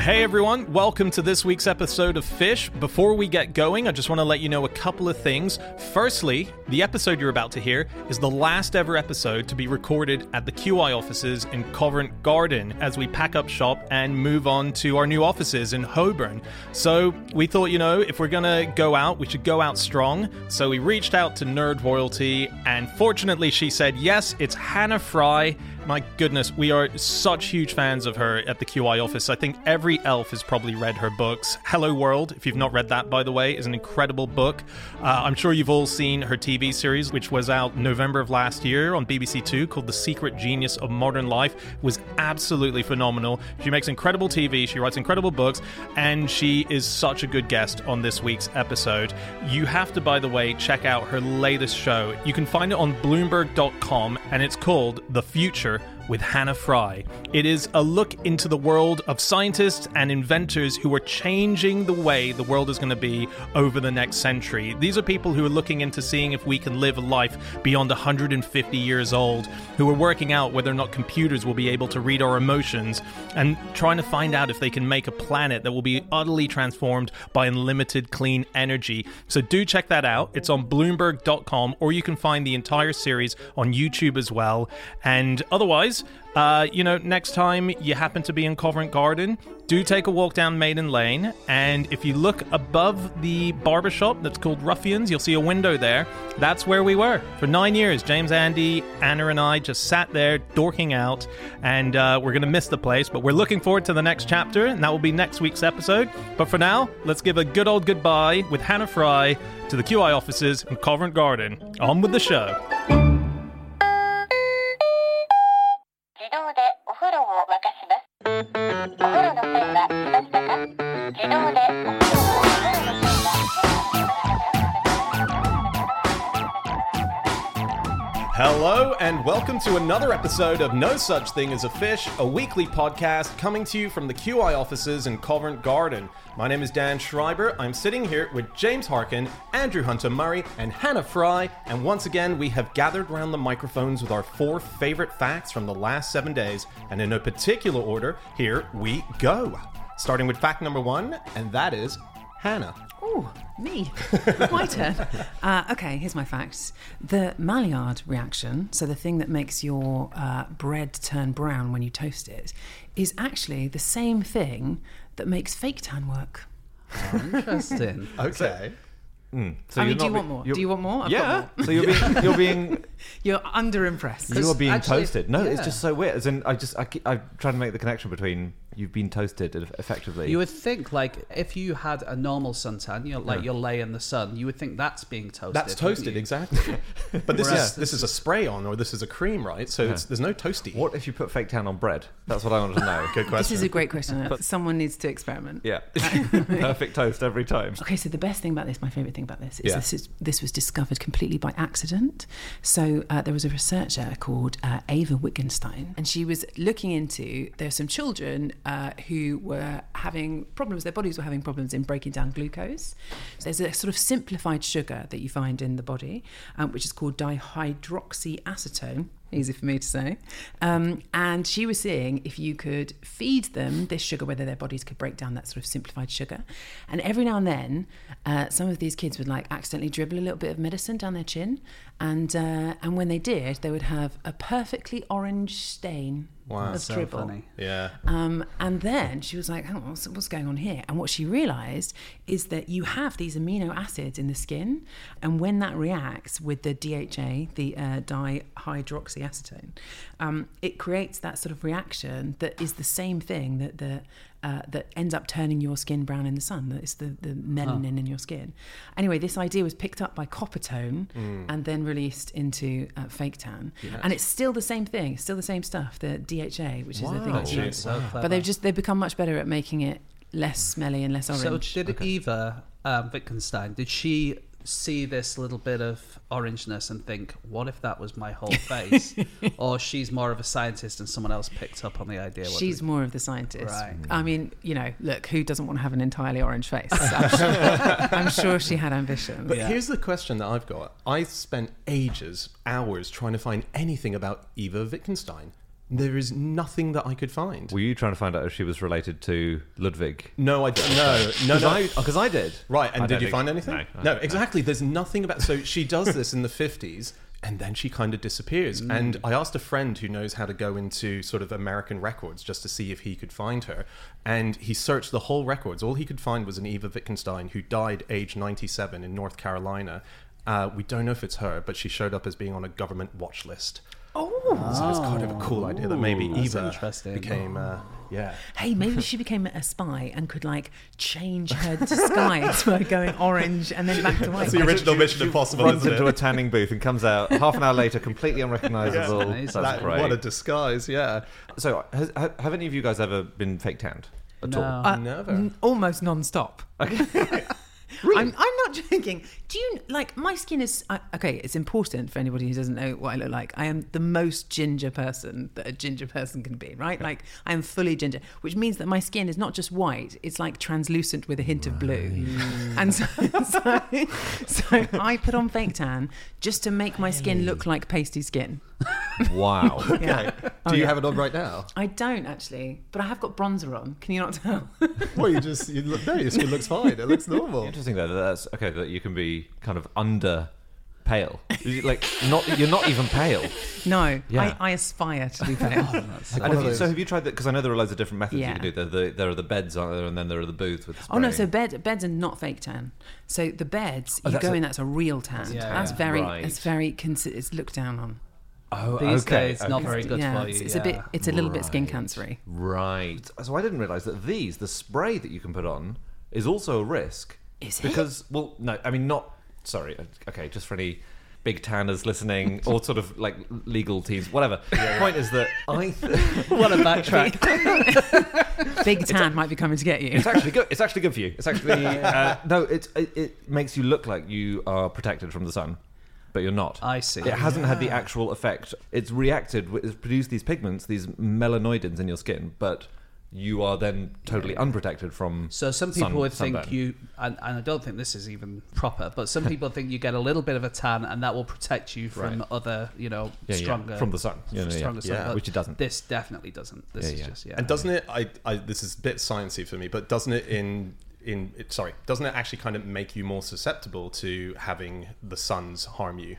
Hey everyone, welcome to this week's episode of Fish. Before we get going, I just want to let you know a couple of things. Firstly, the episode you're about to hear is the last ever episode to be recorded at the QI offices in Covent Garden as we pack up shop and move on to our new offices in Holborn. So we thought, you know, if we're going to go out, we should go out strong. So we reached out to Nerd Royalty, and fortunately, she said yes, it's Hannah Fry. My goodness, we are such huge fans of her at the QI office. I think every elf has probably read her books. Hello World, if you've not read that, by the way, is an incredible book. Uh, I'm sure you've all seen her TV series, which was out November of last year on BBC Two, called The Secret Genius of Modern Life, it was absolutely phenomenal. She makes incredible TV, she writes incredible books, and she is such a good guest on this week's episode. You have to, by the way, check out her latest show. You can find it on Bloomberg.com, and it's called The Future with Hannah Fry. It is a look into the world of scientists and inventors who are changing the way the world is going to be over the next century. These are people who are looking into seeing if we can live a life beyond 150 years old, who are working out whether or not computers will be able to read our emotions, and trying to find out if they can make a planet that will be utterly transformed by unlimited clean energy. So do check that out. It's on Bloomberg.com, or you can find the entire series on YouTube as well. And otherwise, uh, you know, next time you happen to be in Covent Garden, do take a walk down Maiden Lane. And if you look above the barbershop that's called Ruffians, you'll see a window there. That's where we were for nine years. James, Andy, Anna, and I just sat there dorking out. And uh, we're going to miss the place, but we're looking forward to the next chapter. And that will be next week's episode. But for now, let's give a good old goodbye with Hannah Fry to the QI offices in Covent Garden. On with the show. 自動でお風呂を沸かします。お風呂の線は来ましたか自動でお風呂をお風呂の線は Hello, and welcome to another episode of No Such Thing as a Fish, a weekly podcast coming to you from the QI offices in Covent Garden. My name is Dan Schreiber. I'm sitting here with James Harkin, Andrew Hunter Murray, and Hannah Fry. And once again, we have gathered round the microphones with our four favorite facts from the last seven days. And in no particular order, here we go. Starting with fact number one, and that is Hannah. Oh, me. My turn. Uh, okay, here's my facts. The Maillard reaction, so the thing that makes your uh, bread turn brown when you toast it, is actually the same thing that makes fake tan work. Interesting. Okay. So I mean, you're do you not want be- more? you're- Do you want more? I've got yeah. more. So you're being you're being You're underimpressed. You are being actually- toasted. No, it's yeah. just so weird. As in, I just I keep, I'm trying to make the connection between you've been toasted eff- effectively. you would think like if you had a normal suntan, you know, like you're laying in the sun, you would think that's being toasted. That's wouldn't toasted, you? exactly. But this Whereas is this is a spray on or this is a cream, right? So it's, there's no toasty. what if you put fake tan on bread? That's what I want to know. Good question. This is a great question. Someone needs to experiment. yeah, perfect toast every time. Okay, so the best thing about this, my favorite thing about this, is Yeah. this is this was discovered completely by accident. So uh, there was a researcher called uh, Ava Wittgenstein, and she was looking into there were some children uh, who were having problems. Their bodies were having problems in breaking down glucose. So there's a sort of simplified sugar that you find in the body, um, which is called dihydroxyacetone. Easy for me to say. Um, and she was seeing if you could feed them this sugar, whether their bodies could break down that sort of simplified sugar. And every now and then, uh, some of these kids would like accidentally dribble a little bit of medicine down their chin. And, uh, and when they did, they would have a perfectly orange stain Wow. of So dribble. Funny. yeah. Um, and then she was like, hang on, what's, what's going on here? And what she realized is that you have these amino acids in the skin. And when that reacts with the DHA, the uh, dihydroxyacetone, um, it creates that sort of reaction that is the same thing that the uh, that ends up turning your skin brown in the sun. That is the, the melanin in your skin. Anyway, this idea was picked up by Coppertone and then released into uh, Fake Tan. And it's still the same thing, still the same stuff, the DHA, which is the thing Wow. Oh, that you Jeez. That's so clever. but they've just they've become much better at making it less smelly and less so orange. did Eva um, Wittgenstein? Did she see this little bit of orangeness and think, "What if that was my whole face?" or she's more of a scientist and someone else picked up on the idea. wasn't She's more of the scientist. Right. I mean, you know, look, who doesn't want to have an entirely orange face? I'm sure, I'm sure she had ambitions. But here's the question that I've got. I spent ages, hours trying to find anything about Eva Wittgenstein. There is nothing that I could find. Were you trying to find out if she was related to Ludwig? no, I don't. No, no, Because no. I, 'cause I did. Right, and I did don't you think- find anything? No, I- exactly. There's nothing about. So she does this in the 50s, and then she kind of disappears. Mm. And I asked a friend who knows how to go into sort of American records just to see if he could find her. And he searched the whole records. All he could find was an Eva Wittgenstein who died age 97 in North Carolina. Uh, we don't know if it's her, but she showed up as being on a government watch list. Oh, so it's kind of a cool idea that maybe Eva interesting. became, uh, yeah. Hey, maybe she became a spy and could like change her disguise by going orange and then back to white. That's the original Mission Impossible, Runs isn't it? into a tanning booth and comes out half an hour later completely unrecognizable. Yeah. That's That- great. What a disguise, yeah. So, has, ha- have any of you guys ever been fake tanned at all? No. Never. Uh, N- almost non-stop. I'm, I'm not joking. Do you like my skin is I, okay? It's important for anybody who doesn't know what I look like. I am the most ginger person that a ginger person can be, right? Like I am fully ginger, which means that my skin is not just white; it's like translucent with a hint of blue. And so, so, so I put on fake tan just to make my skin look like pasty skin. Wow. Yeah. Oh, Do you have it on right now? I don't actually, but I have got bronzer on. Can you not tell? Well, you just you look, no, your skin looks fine. It looks normal. Interesting though that that's okay that you can be kind of under pale, You- like not you're not even pale. no, Yeah. I, I aspire to be Oh, pale. And have you- so have you tried that? Because I know there are loads of different methods Yeah. you can do. There, there, there are the beds, aren't there? And then there are the booths with. Oh no! So spray. bed, beds are not fake tan. So the beds you that's go a- in, that's a real tan. Oh, Yeah. that's very, Right. it's very, consi- it's looked down on. oh, These okay, days, not okay. very good yeah, for you. it's, it's yeah. a bit, it's a little bit skin Right. cancery. Right. So I didn't realise that these, the spray that you can put on, is also a risk. Is it? Because, well, no, I mean, not. Sorry. uh, Okay, just for any big tanners listening or sort of like legal teams, whatever. point is that I. Th- what a backtrack. Big tan might be coming to get you. it's actually good. It's actually good for you. It's actually. Uh, no, it, it, it makes you look like you are protected from the sun. But you're not. I see. It hasn't had the actual effect. It's reacted. wi- It's produced these pigments, these melanoidins in your skin, but you are then totally unprotected from. So some people sun- would think sunburn. you, and, and I don't think this is even proper, but some people think you get a little bit of a tan, and that will protect you from Right. other, you know, Yeah, yeah, stronger from the sun. Yeah, yeah, yeah. stronger sun. Yeah, but which it doesn't. This definitely doesn't. This Yeah, is yeah. just yeah. And doesn't it? I, I this is a bit sciencey for me, but doesn't it in in it, sorry, doesn't it actually kind of make you more susceptible to having the suns harm you?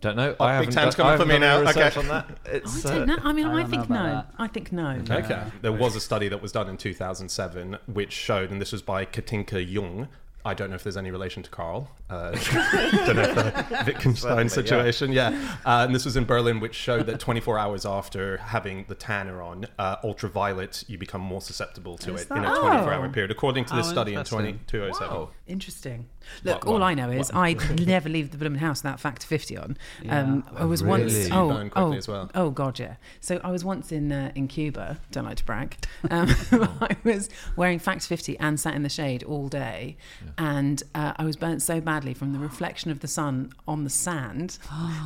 Don't know. I Oh, big haven't time's done- coming I for haven't me done any now. research Okay. on that. It's, uh, I don't know. I mean, I I, don't think know no. about I think no. Okay. There was a study that was done in 2007 which showed, and this was by Katinka Jung. I don't know if there's any relation to Carl. Uh, don't know if the Wittgenstein situation. Yeah. Uh, and this was in Berlin, which showed that 24 hours after having the tanner on, uh, ultraviolet, you become more susceptible to it in a that- 24 Oh. hour period, according to this How study in interesting. 2007. Interesting. Look, what- all I know is I never leave the blooming house without factor fifty on. Um, I was Really? once You oh burn quickly oh, as well. oh god yeah. So I was once in uh, in Cuba. Don't like to brag. Um, I was wearing factor fifty and sat in the shade all day, and uh, I was burnt so badly from the reflection of the sun on the sand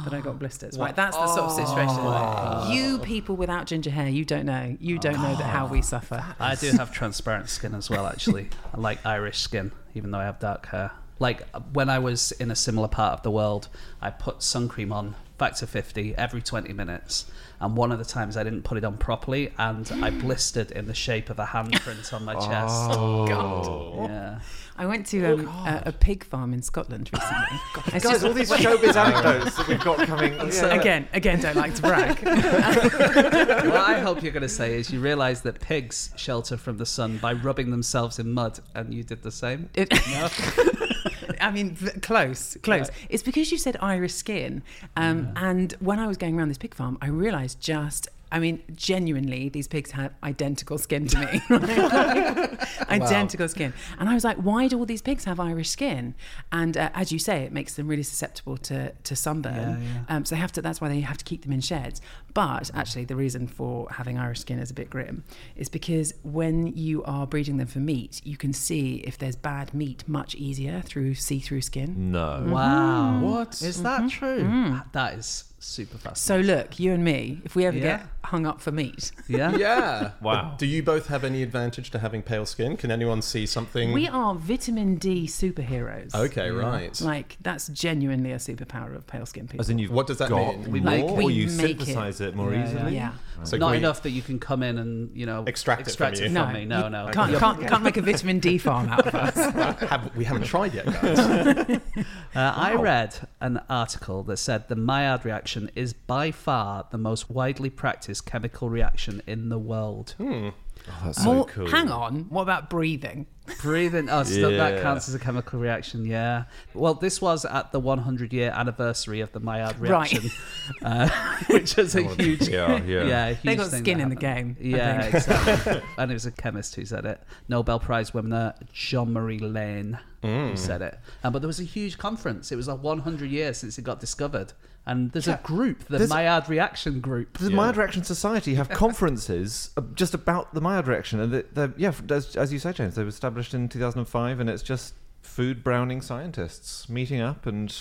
that I got blisters. Right, that's the sort of situation. You people without ginger hair, you don't know. You don't know that how we suffer. I do have transparent skin as well, actually. I like Irish skin, even though I have dark hair. Like when I was in a similar part of the world, I put sun cream on factor 50 every 20 minutes. And one of the times I didn't put it on properly, and I blistered in the shape of a handprint on my chest. Oh, God. Yeah. I went to Oh, um, a, a pig farm in Scotland recently. It's Guys, just- all these showbiz anecdotes that we've got coming. Yeah. Again, again, don't like to brag. What I hope you're going to say is you realise that pigs shelter from the sun by rubbing themselves in mud, and you did the same. It- I mean, th- close, close. It's because you said Irish skin, um, and when I was going around this pig farm, I realised just. I mean, genuinely, these pigs had identical skin to me. identical skin. And I was like, why do all these pigs have Irish skin? And uh, as you say, it makes them really susceptible to, to sunburn. Um, so they have to, that's why they have to keep them in sheds. But actually, the reason for having Irish skin is a bit grim is because when you are breeding them for meat, you can see if there's bad meat much Mm. easier through see through skin. No. Mm-hmm. Mm. Wow. What? Is that true? That is super fast. So look, you and me, if we ever Yeah. get hung up for meat, yeah. Yeah. Wow. But do you both have any advantage to having pale skin? Can anyone see something? we are vitamin D superheroes. okay, right. Like that's genuinely a superpower of pale skin people. As in you've What does that got mean? More, Like, we or you make it. synthesize it, more Yeah, easily. yeah. So Not we- enough that you can come in and you know Extract it from you. it from me. No, you no. Can't, You're- can't, can't make a vitamin D farm out of us. Have, we haven't tried yet, guys. Uh, I read an article that said the Maillard reaction is by far the most widely practiced chemical reaction in the world. That's More- Hang on, what about breathing? Breathing, oh, so that Yeah. counts as a chemical reaction, yeah. Well, this was at the 100 year anniversary of the Maillard Right. reaction, uh, which is a huge, Yeah, yeah. yeah, a huge They got thing skin that in the happened. game, I Yeah, exactly. and it was a chemist who said it. Nobel Prize winner Jean Marie Lane Mm. who said it. Um, but there was a huge conference. It was like 100 years since it got discovered. And there's a group, the There's- Maillard reaction group. Does the Maillard Reaction Society have conferences uh, just about the Maillard Reaction? And they- they're, yeah, f- as, as you say, James, they were established in 2005, and it's just food browning scientists meeting up and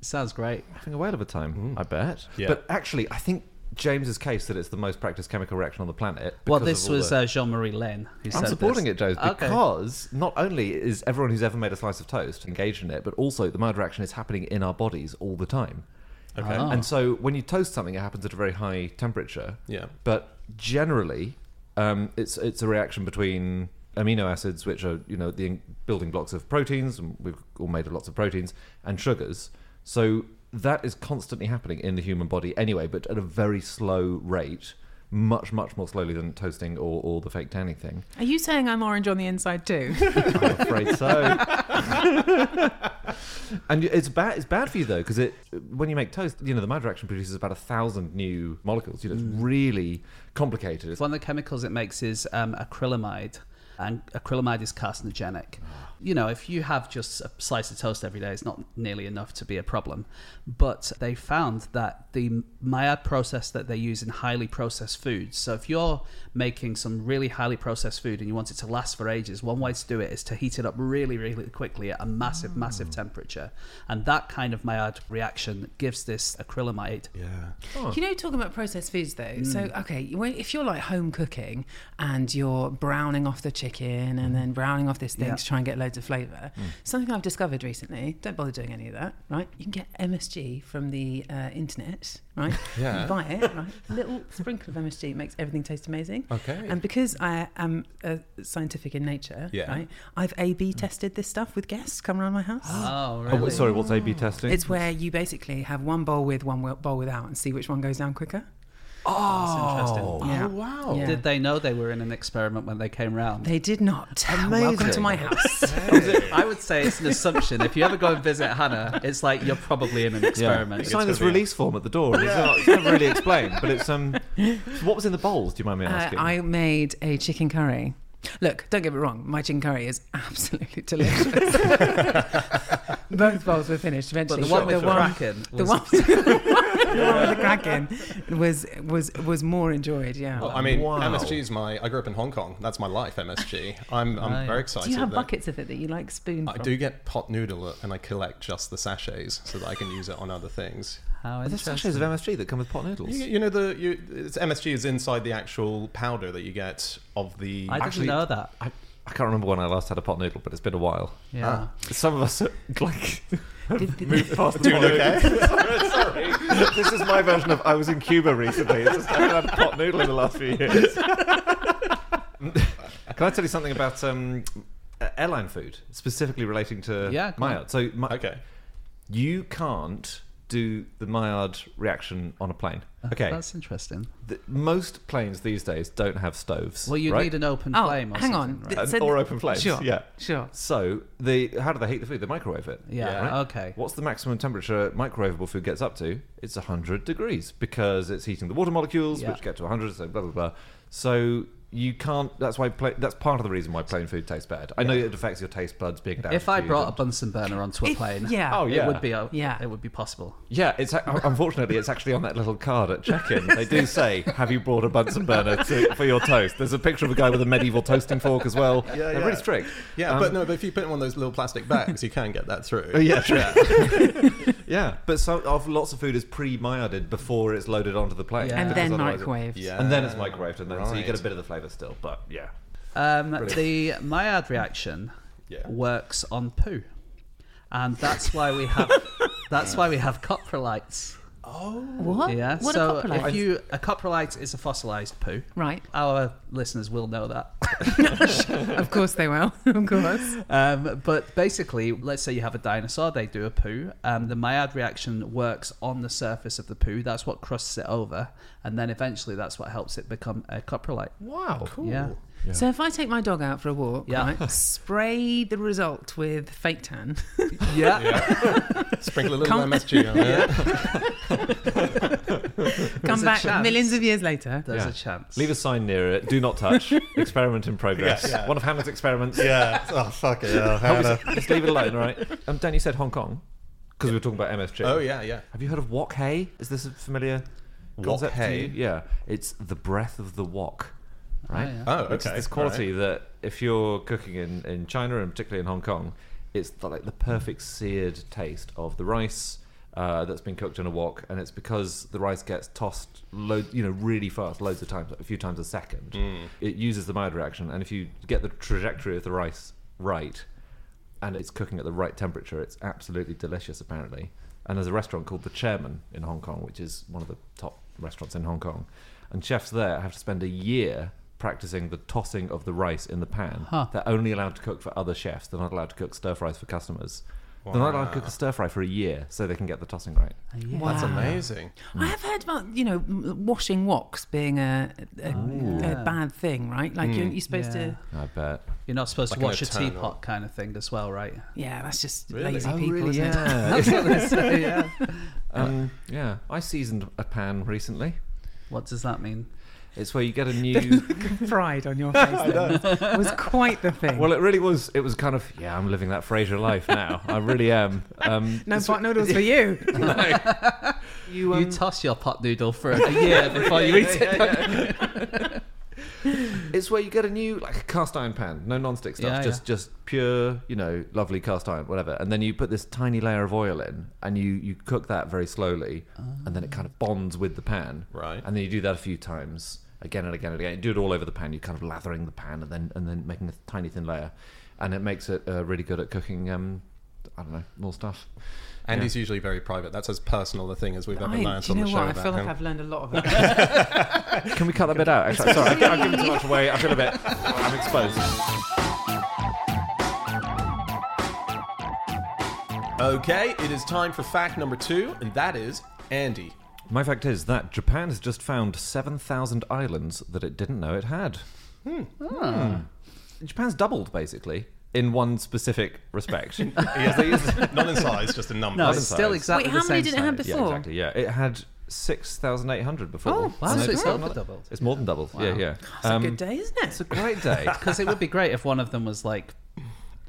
Sounds great. having a whale of a Hmm. time. I bet. Yeah. But actually, I think James's case that it's the most practiced chemical reaction on the planet. Well, because this of all was the- uh, Jean Marie Lane who said I'm supporting this. it, James, Okay. because not only is everyone who's ever made a slice of toast engaged in it, but also the Maillard reaction is happening in our bodies all the time. Okay. Ah. And so when you toast something, it happens at a very high temperature. Yeah. But generally, um, it's it's a reaction between amino acids, which are you know the in- building blocks of proteins, and we've all made of lots of proteins, and sugars. So that is constantly happening in the human body anyway, but at a very slow rate, much much more slowly than toasting or, or the fake tanning thing. Are you saying I'm orange on the inside too? I'm afraid so. and it's bad. It's bad for you though, because it when you make toast, you know the Maillard reaction produces about a thousand new molecules. You know, it's really complicated. It's One of the chemicals it makes is um, acrylamide, and acrylamide is carcinogenic. You know, if you have just a slice of toast every day, it's not nearly enough to be a problem. But they found that the Maillard process that they use in highly processed foods. So if you're making some really highly processed food and you want it to last for ages, one way to do it is to heat it up really, really quickly at a massive, massive temperature, and that kind of Maillard reaction gives this acrylamide. yeah. You know, talking about processed foods though. So, Mm. okay, you- when- if you're like home cooking and you're browning off the chicken Mm. and then browning off this thing Yeah. to try and get loads of flavour, something I've discovered recently, don't bother doing any of that, right? You can get MSG from the uh, internet, right? Yeah. You buy it, right? Little sprinkle of MSG makes everything taste amazing. Okay. And because I am uh, scientific in nature, Yeah. Mm. right, I've A B tested this stuff with guests come around my house. Ah. Oh, Oh, wait, sorry, what's A/B testing? It's where you basically have one bowl with, one wi- bowl without, and see which one goes down quicker. Oh. interesting. Yeah. wow. Yeah. Did they know they were in an experiment when they came round? They did not. Welcome to my house. I would say it's an assumption. If you ever go and visit Hannah, it's like you're probably in an Yeah. experiment. Sign this release form at the door. and It's, not, it's not really explained, but it's um. so what was in the bowls? Do you mind me Uh, asking? I made a chicken curry. Look, don't get me wrong, my chicken curry is absolutely delicious. Both bowls were finished But eventually. the one but with the one- Kraken the was one with the one with the kraken was was was more enjoyed. Yeah. Oh, Well, I mean, Wow. MSG is my. I grew up in Hong Kong. That's my life. MSG. I'm. I'm Right. very excited. Do you have that- buckets of it that you like spoon? I from? do get pot noodle, and I collect just the sachets so that I can use it on other things. How Are there sachets of MSG that come with pot noodles? You, you know the you, it's MSG is inside the actual powder that you get of the. I didn't Actually- know that. I, I can't remember when I last had a pot noodle, but it's been a while. Yeah. Some of us are, like Did- did- moved past Doing pot okay? noodles. Sorry, this is my version of I was in Cuba recently. It's just I haven't had pot noodle in the last few years. Can I tell you something about um, uh, airline food specifically relating to Yeah, go on. Maillard? So, my, okay. you can't do the Maillard reaction on a plane. Okay, Uh, That's interesting. The- most planes these days don't have stoves. Well, you right? need an open Oh, flame or hang on. something, right? Th- An- so th- or open flames. Sure. Yeah. Sure. So the how do they heat the food? They microwave it. Yeah, right? okay. What's the maximum temperature microwavable food gets up to? It's 100 degrees because it's heating the water molecules, Yeah. which get to 100, so blah, blah, blah. So you can't. That's why. Pla- that's part of the reason why plain food tastes bad. I know it affects your taste buds being damaged. If I to you, brought a and- Bunsen burner onto a If- plane, yeah. Oh, yeah. it would be a, Yeah. it would be possible. yeah, it's ac- unfortunately it's actually on that little card at check-in. They do say, "Have you brought a Bunsen burner to, for your toast?" There's a picture of a guy with a medieval toasting fork as well. Yeah, They're yeah. really strict. Yeah, Um, Oh, but no, but if you put it in one of those little plastic bags, you can get that through. yeah, true. yeah, but so of lots of food is pre-myarded before it's loaded onto the plate, Yeah. and because then otherwise it- microwaved. Yeah. and then it's microwaved, and then so you get a Right. bit of the flavour still. But yeah, Um, the Maillard reaction Yeah. works on poo, and that's why we have that's why we have coprolites. What? Yeah. What so a coprolite? if you a coprolite is a fossilized poo. Right. Our listeners will know that. Of course they will. of course. Um, but basically, let's say you have a dinosaur, they do a poo. Um, the Maillard reaction works on the surface of the poo. That's what crusts it over, and then eventually that's what helps it become a coprolite. wow, cool. Yeah. So if I take my dog out for a walk, Yeah. right, spray the result with fake tan. Yeah. Sprinkle a little Can't- MSG on there. Come a back chance. millions of years later. There's Yeah. a chance. Leave a sign near it. Do not touch. Experiment in progress. Yeah, yeah. One of Hannah's experiments. Yeah. Oh fuck it. Yeah, Obviously, Just leave it alone, all right? Um, Dan, you said Hong Kong because we were talking about MSG. Oh yeah, yeah. Have you heard of wok hay? Is this a familiar Wok concept to hay? you? Yeah, it's the breath of the wok, right? yeah. Oh, Which is okay, this quality that if you're cooking in, in China and particularly in Hong Kong, it's the, like the perfect seared taste of the rice. Uh, that's been cooked in a wok, and it's because the rice gets tossed, load, you know, really fast, loads of times, a few times a second. Mm. It uses the Maillard reaction, and if you get the trajectory of the rice right, and it's cooking at the right temperature. It's absolutely delicious, apparently. And there's a restaurant called The Chairman in Hong Kong, which is one of the top restaurants in Hong Kong. And chefs there have to spend a year practicing the tossing of the rice in the pan. They're only allowed to cook for other chefs. They're not allowed to cook stir fries for customers. They're not allowed to cook a stir fry for a year so they can get the tossing right. That's amazing. I have heard about you know m- washing woks being a a, a bad thing, right? Like you're, you're supposed Yeah. to. I bet. You're not supposed Like to an watch a eternal- teapot kind of thing as well, right? Yeah, that's just Really? lazy people, isn't it? yeah. That's what they say, yeah. um, yeah. I seasoned a pan recently. What does that mean? It's where you get a new Pride on your face then was quite the thing. Well, it really was. It was kind of yeah. I'm living that Fraser life now. I really am. Um, no pot noodles for you. you, you toss your pot noodle for a year before you eat it. it's where you get a new like cast iron pan, no non-stick stuff, Yeah, just just pure, you know, lovely cast iron, whatever. And then you put this tiny layer of oil in, and you you cook that very slowly, and then it kind of bonds with the pan. Right. And then you do that a few times, again and again and again. You do it all over the pan. You're kind of lathering the pan, and then and then making a tiny thin layer, and it makes it uh, really good at cooking. Um, I don't know, more stuff. Andy's usually very private. That's as personal a thing as we've ever I, learned do on you the know show what? I about feel like him. I've learned a lot of that. Can we cut that bit out? Actually, sorry, I've, I've given too much away. I feel a bit. I'm exposed. Okay, it is time for fact number two, and that is Andy. My fact is that Japan has just found 7,000 islands that it didn't know it had. Hmm. Japan's doubled, basically, in one specific respect. Yeah, not in size, just in number. No, it's still size. exactly Wait, the how many same did it have size. yeah, Four. exactly. Yeah, it had 6,800 before. Oh, wow, And so they've it's got over another- doubled. It's more than doubled. Yeah, yeah. It's a good day, isn't it? It's a great day. Because it would be great if one of them was like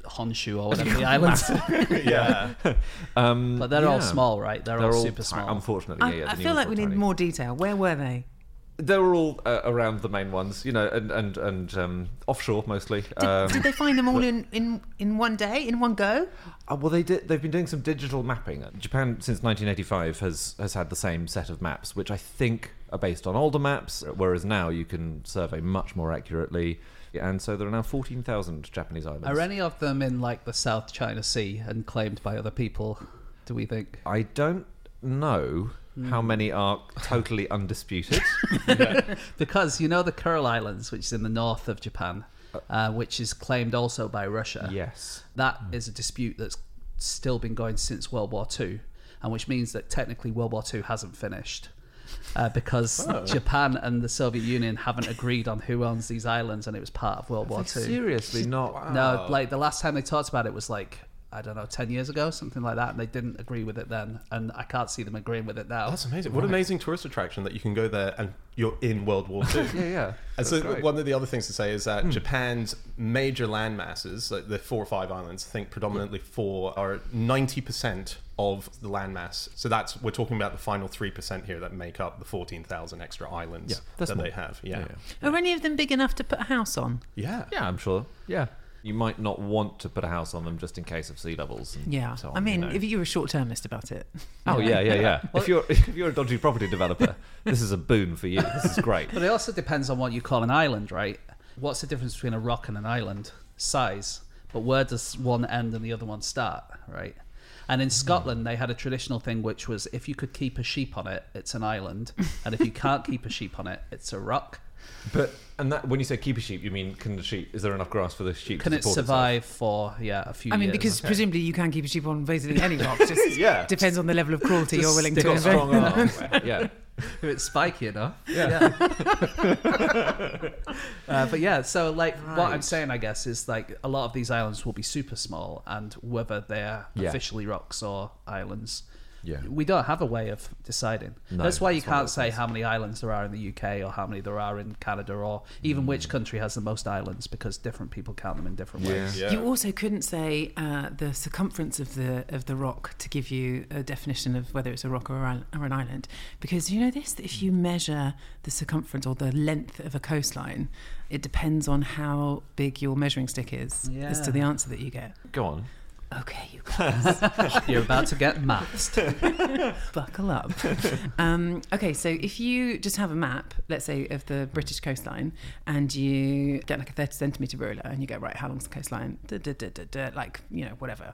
Honshu or whatever the islands. Yeah. Um, But they're all yeah. small, right? They're, They're all all super small. Unfortunately, I, yeah, yeah, I the new feel ones like are we need tiny. more detail. Where were they? They were all uh, around the main ones, you know, and and and um, offshore mostly. Did, um, did they find them all in, in, in one day, in one go? Uh, well, they did. They've been doing some digital mapping. Uh, Japan since 1985 has has had the same set of maps, which I think are based on older maps. Whereas now you can survey much more accurately, and so there are now 14,000 Japanese islands. Are any of them in like the South China Sea and claimed by other people? Do we think? I don't know how many are totally undisputed. Because you know the Kuril Islands, which is in the north of Japan, uh, which is claimed also by Russia. yes. That is a dispute that's still been going since World War II, and which means that technically World War II hasn't finished. Uh, because Japan and the Soviet Union haven't agreed on who owns these islands, and it was part of World War II. Seriously, not. No, like the last time they talked about it was like I don't know, 10 years ago, something like that, and they didn't agree with it then, and I can't see them agreeing with it now. Oh, That's amazing. What an amazing tourist attraction that you can go there and you're in World War II. Yeah, yeah. And That's so great. one of the other things to say is that Japan's major land masses, like the four or five islands, I think predominantly four, are 90% of the land mass. So that's, we're talking about the final 3% here that make up the 14,000 extra islands Yeah, that's that more. they have. Yeah. Yeah. Are any of them big enough to put a house on? Yeah. Yeah, I'm sure. Yeah. You might not want to put a house on them just in case of sea levels. And Yeah. so on, I mean, you know. if you were short termist about it. oh yeah, yeah, yeah. if you're if you're a dodgy property developer, this is a boon for you. This is great. But it also depends on what you call an island, right? What's the difference between a rock and an island? Size. But where does one end and the other one start, right? And Hmm. in Scotland, they had a traditional thing which was if you could keep a sheep on it, it's an island. And if you can't keep a sheep on it, it's a rock. But and that when you say keep a sheep, you mean can the sheep? Is there enough grass for the sheep? Can to it support itself? survive for, yeah, a few I mean, years? because presumably you can keep a sheep on basically any rock. Just Yeah. depends on the level of cruelty Just you're willing stick to Got it. invest. Oh, strong arms. yeah. if it's spiky enough. Yeah. uh, but yeah, so like what I'm saying, I guess, is like a lot of these islands will be super small, and whether they're Yeah. officially rocks or islands, Yeah. we don't have a way of deciding. No, that's why you that's one of can't those say how many islands there are in the UK or how many there are in Canada or even Mm. which country has the most islands because different people count them in different ways. Yeah. You also couldn't say uh, the circumference of the of the rock to give you a definition of whether it's a rock or, an isl- or an island, because you know this. that If you measure the circumference or the length of a coastline, it depends on how big your measuring stick is as to Yeah. the answer that you get. Go on. Okay, you You're about to get mathsed. buckle up. um, okay, so if you just have a map, let's say of the British coastline, and you get like a 30 centimeter ruler and you go, right, how long's the coastline? Duh, duh, duh, duh, duh, like, you know, whatever.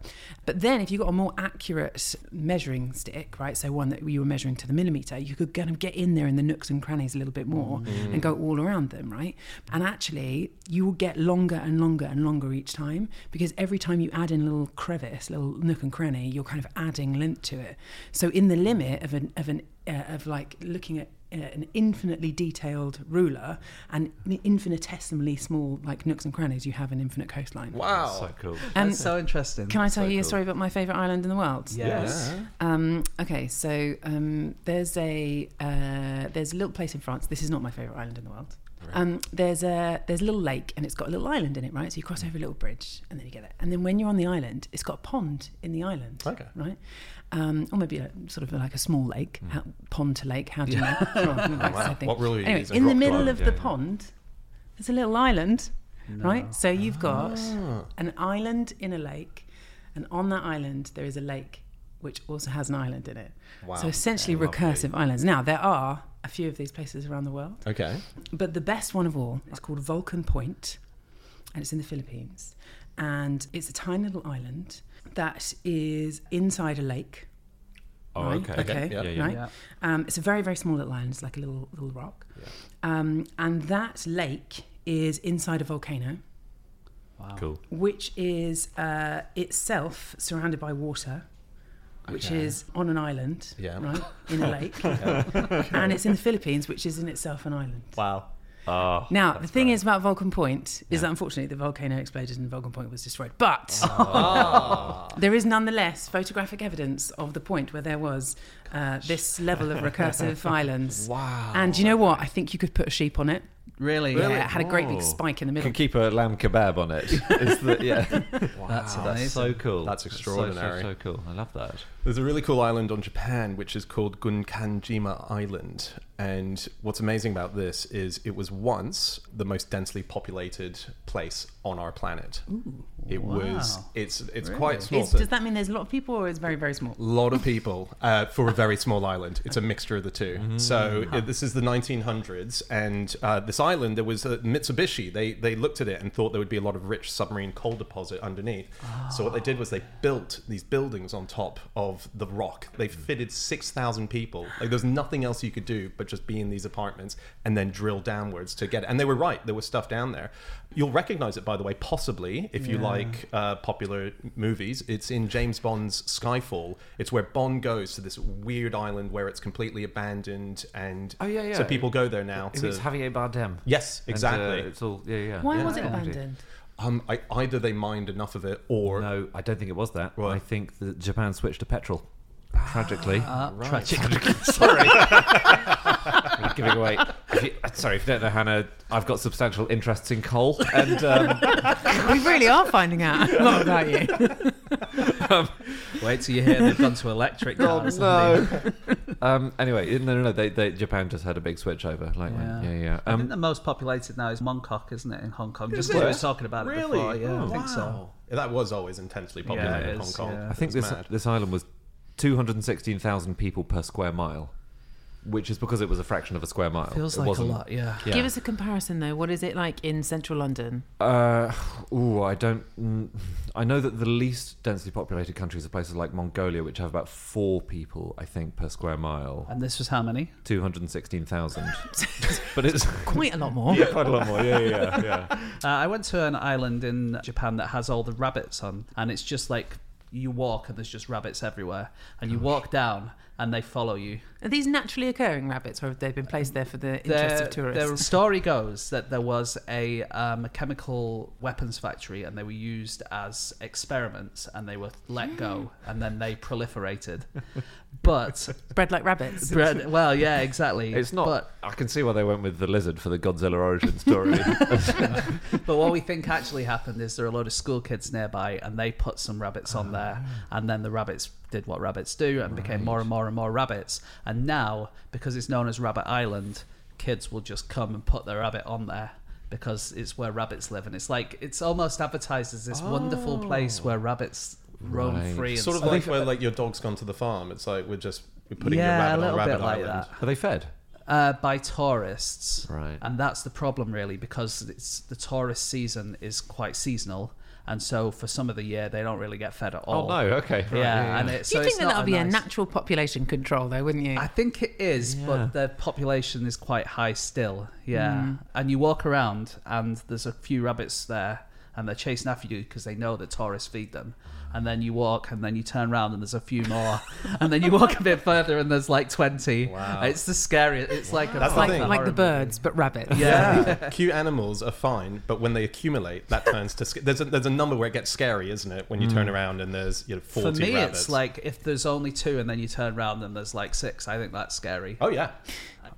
But then if you got a more accurate measuring stick, right, so one that you were measuring to the millimeter, you could kind of get in there in the nooks and crannies a little bit more and go all around them, right? And actually, you will get longer and longer and longer each time because every time you add in a little crevice, little nook and cranny, you're kind of adding length to it. So in the limit of an of an uh, of like looking at uh, an infinitely detailed ruler and infinitesimally small like nooks and crannies, you have an infinite coastline. Wow. So cool. Um, That's so interesting. can I tell so you a cool. story about my favorite island in the world? Yes. Um, okay, so um, there's a uh, there's a little place in France. This is not my favorite island in the world. Um, there's a there's a little lake and it's got a little island in it, right? So you Hmm. cross over a little bridge and then you get there. And then when you're on the island, it's got a pond in the island. Okay. Right. Um, or maybe a, sort of like a small lake, how, pond to lake. How do you know? Sure, that's the thing. Hmm. What really anyway, is a in the rock middle island, of the pond, there's a little island, right? So you've got an island in a lake, and on that island there is a lake which also has an island in it. So essentially recursive islands. Now there are a few of these places around the world, Okay. but the best one of all is called Vulcan Point, and it's in the Philippines, and it's a tiny little island that is inside a lake. Oh, Right? okay. Okay. Yeah, yeah. Right. Yeah. Um, it's a very, very small little island. It's like a little, little rock. Um, and that lake is inside a volcano, Cool. which is uh, itself surrounded by water, which is on an island, Yeah. right, in a lake. and it's in the Philippines, which is in itself an island. Wow. Oh, Now, the thing is about Vulcan Point is that unfortunately the volcano exploded and Vulcan Point was destroyed. But there is nonetheless photographic evidence of the point where there was uh, this level of recursive islands. Wow. And you know what? I think you could put a sheep on it. Really? Yeah, it had a great big Whoa. spike in the middle. can keep a lamb kebab on it. It's the, yeah. That's amazing. Wow, that's so cool. That's so, extraordinary. so, so cool. I love that. There's a really cool island on Japan which is called Gunkanjima Island. And what's amazing about this is it was once the most densely populated place on our planet. it was Wow. it's it's quite small. It's, so- does that mean there's a lot of people or it's very, very small? lot of people uh, for a very small island. It's a mixture of the two. So uh, this is the 1900s, and uh, this island there was a Mitsubishi. They they looked at it and thought there would be a lot of rich submarine coal deposit underneath. So what they did was they built these buildings on top of the rock. They fitted 6,000 people. Like there's nothing else you could do but just be in these apartments and then drill downwards to get it. And they were right. There was stuff down there. You'll recognize it by the way, possibly if you like uh, popular movies. It's in James Bond's Skyfall. It's where Bond goes to this weird island where it's completely abandoned, and Oh, yeah, so yeah. people go there now. If to, it's Javier Bardem. yes, And, uh, exactly. it's all yeah, yeah. Why Yeah. was it Comedy. abandoned? Um, I, either they mined enough of it, or No, I don't think it was that. What? I think that Japan switched to petrol. Tragically, Ah, Tragic. I'm giving away. If you, uh, sorry, if you don't know Hannah, I've got substantial interests in coal, and um, we really are finding out a lot about you. Wait till you hear they've gone to electric Oh, cars. haven't they? um, anyway, no, no, no. They, they, Japan just had a big switch over. Like, Yeah. yeah, yeah. yeah. I think Um, the most populated now is Mongkok, isn't it, in Hong Kong? Just it? because we were talking about it really, before. Yeah, Oh, I think so. wow. That was always intensely popular Yeah, it in Hong is, Kong. yeah. I think It's this mad. this island was 216,000 people per square mile, which is because it was a fraction of a square mile. Feels It like a wasn't- lot, yeah. Yeah. Give us a comparison though. What is it like in central London? Uh, ooh, I don't. mm, I know that the least densely populated countries are places like Mongolia, which have about four people, I think, per square mile. And this was how many? Two hundred sixteen thousand, but it's Quite a lot more. yeah, quite a lot more. Yeah, yeah, yeah. Uh, I went to an island in Japan that has all the rabbits on, and it's just like you walk and there's just rabbits everywhere, and you walk down and they follow you. Are these naturally occurring rabbits, or have they been placed there for the interest The, of tourists? the story goes that there was a, um, a chemical weapons factory, and they were used as experiments, and they were let go, and then they proliferated. But Bred like rabbits. Bread, well, yeah, exactly. It's not. But, I can see why they went with the lizard for the Godzilla origin story. but what we think actually happened is there are a load of school kids nearby, and they put some rabbits on there, Ah. and then the rabbits did what rabbits do and became more and more and more rabbits. And now, because it's known as Rabbit Island, kids will just come and put their rabbit on there because it's where rabbits live, and it's like it's almost advertised as this wonderful place where rabbits roam Oh. Right. free. And Sort of stuff. like where like your dog's gone to the farm. It's like we're just we're putting your yeah, rabbit a on little Rabbit bit like Island. that. are they fed? uh, by tourists, Right. And that's the problem, really, because it's the tourist season is quite seasonal, and so for some of the year they don't really get fed at Oh all. no. Okay. Right, Yeah, and it, Do so you it's think that not that'll be a nice- natural population control, though, wouldn't you? I think it is, Yeah. but the population is quite high still. Yeah, Hmm. and you walk around, and there's a few rabbits there, and they're chasing after you because they know that tourists feed them. And then you walk, and then you turn around, and there's a few more, and then you walk a bit further, and there's like twenty. Wow. It's the scariest. It's like a That's the proper thing. like like horror the movie. birds, but rabbits. Yeah, cute animals are fine, but when they accumulate, that turns to sc- there's a, there's a number where it gets scary, isn't it? When you turn around and there's you know Mm. For forty me, rabbits. it's like if there's only two and then you turn around and there's like six. I think that's scary. oh yeah,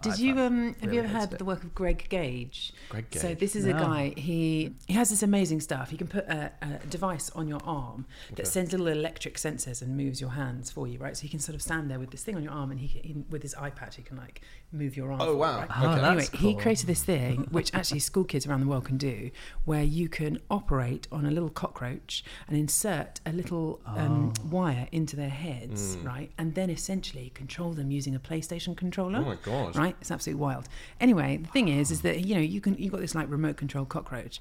Did you um, have really you ever hates heard it. the work of Greg Gage? Greg So Gage. this is a guy. He he has this amazing stuff. He can put a, a device on your arm that sends little electric sensors and moves your hands for you, right? So he can sort of stand there with this thing on your arm, and he, he with his iPad he can like move your arm. Oh, for you, wow. right? Oh, Okay. that's anyway, he created this thing which actually school kids around the world can do, where you can operate on a little cockroach and insert a little um, wire into their heads, Hmm. right, and then essentially control them using a PlayStation controller. Oh my God. Right, it's absolutely wild. Anyway, the thing is, is that you know you can you got this like remote control cockroach.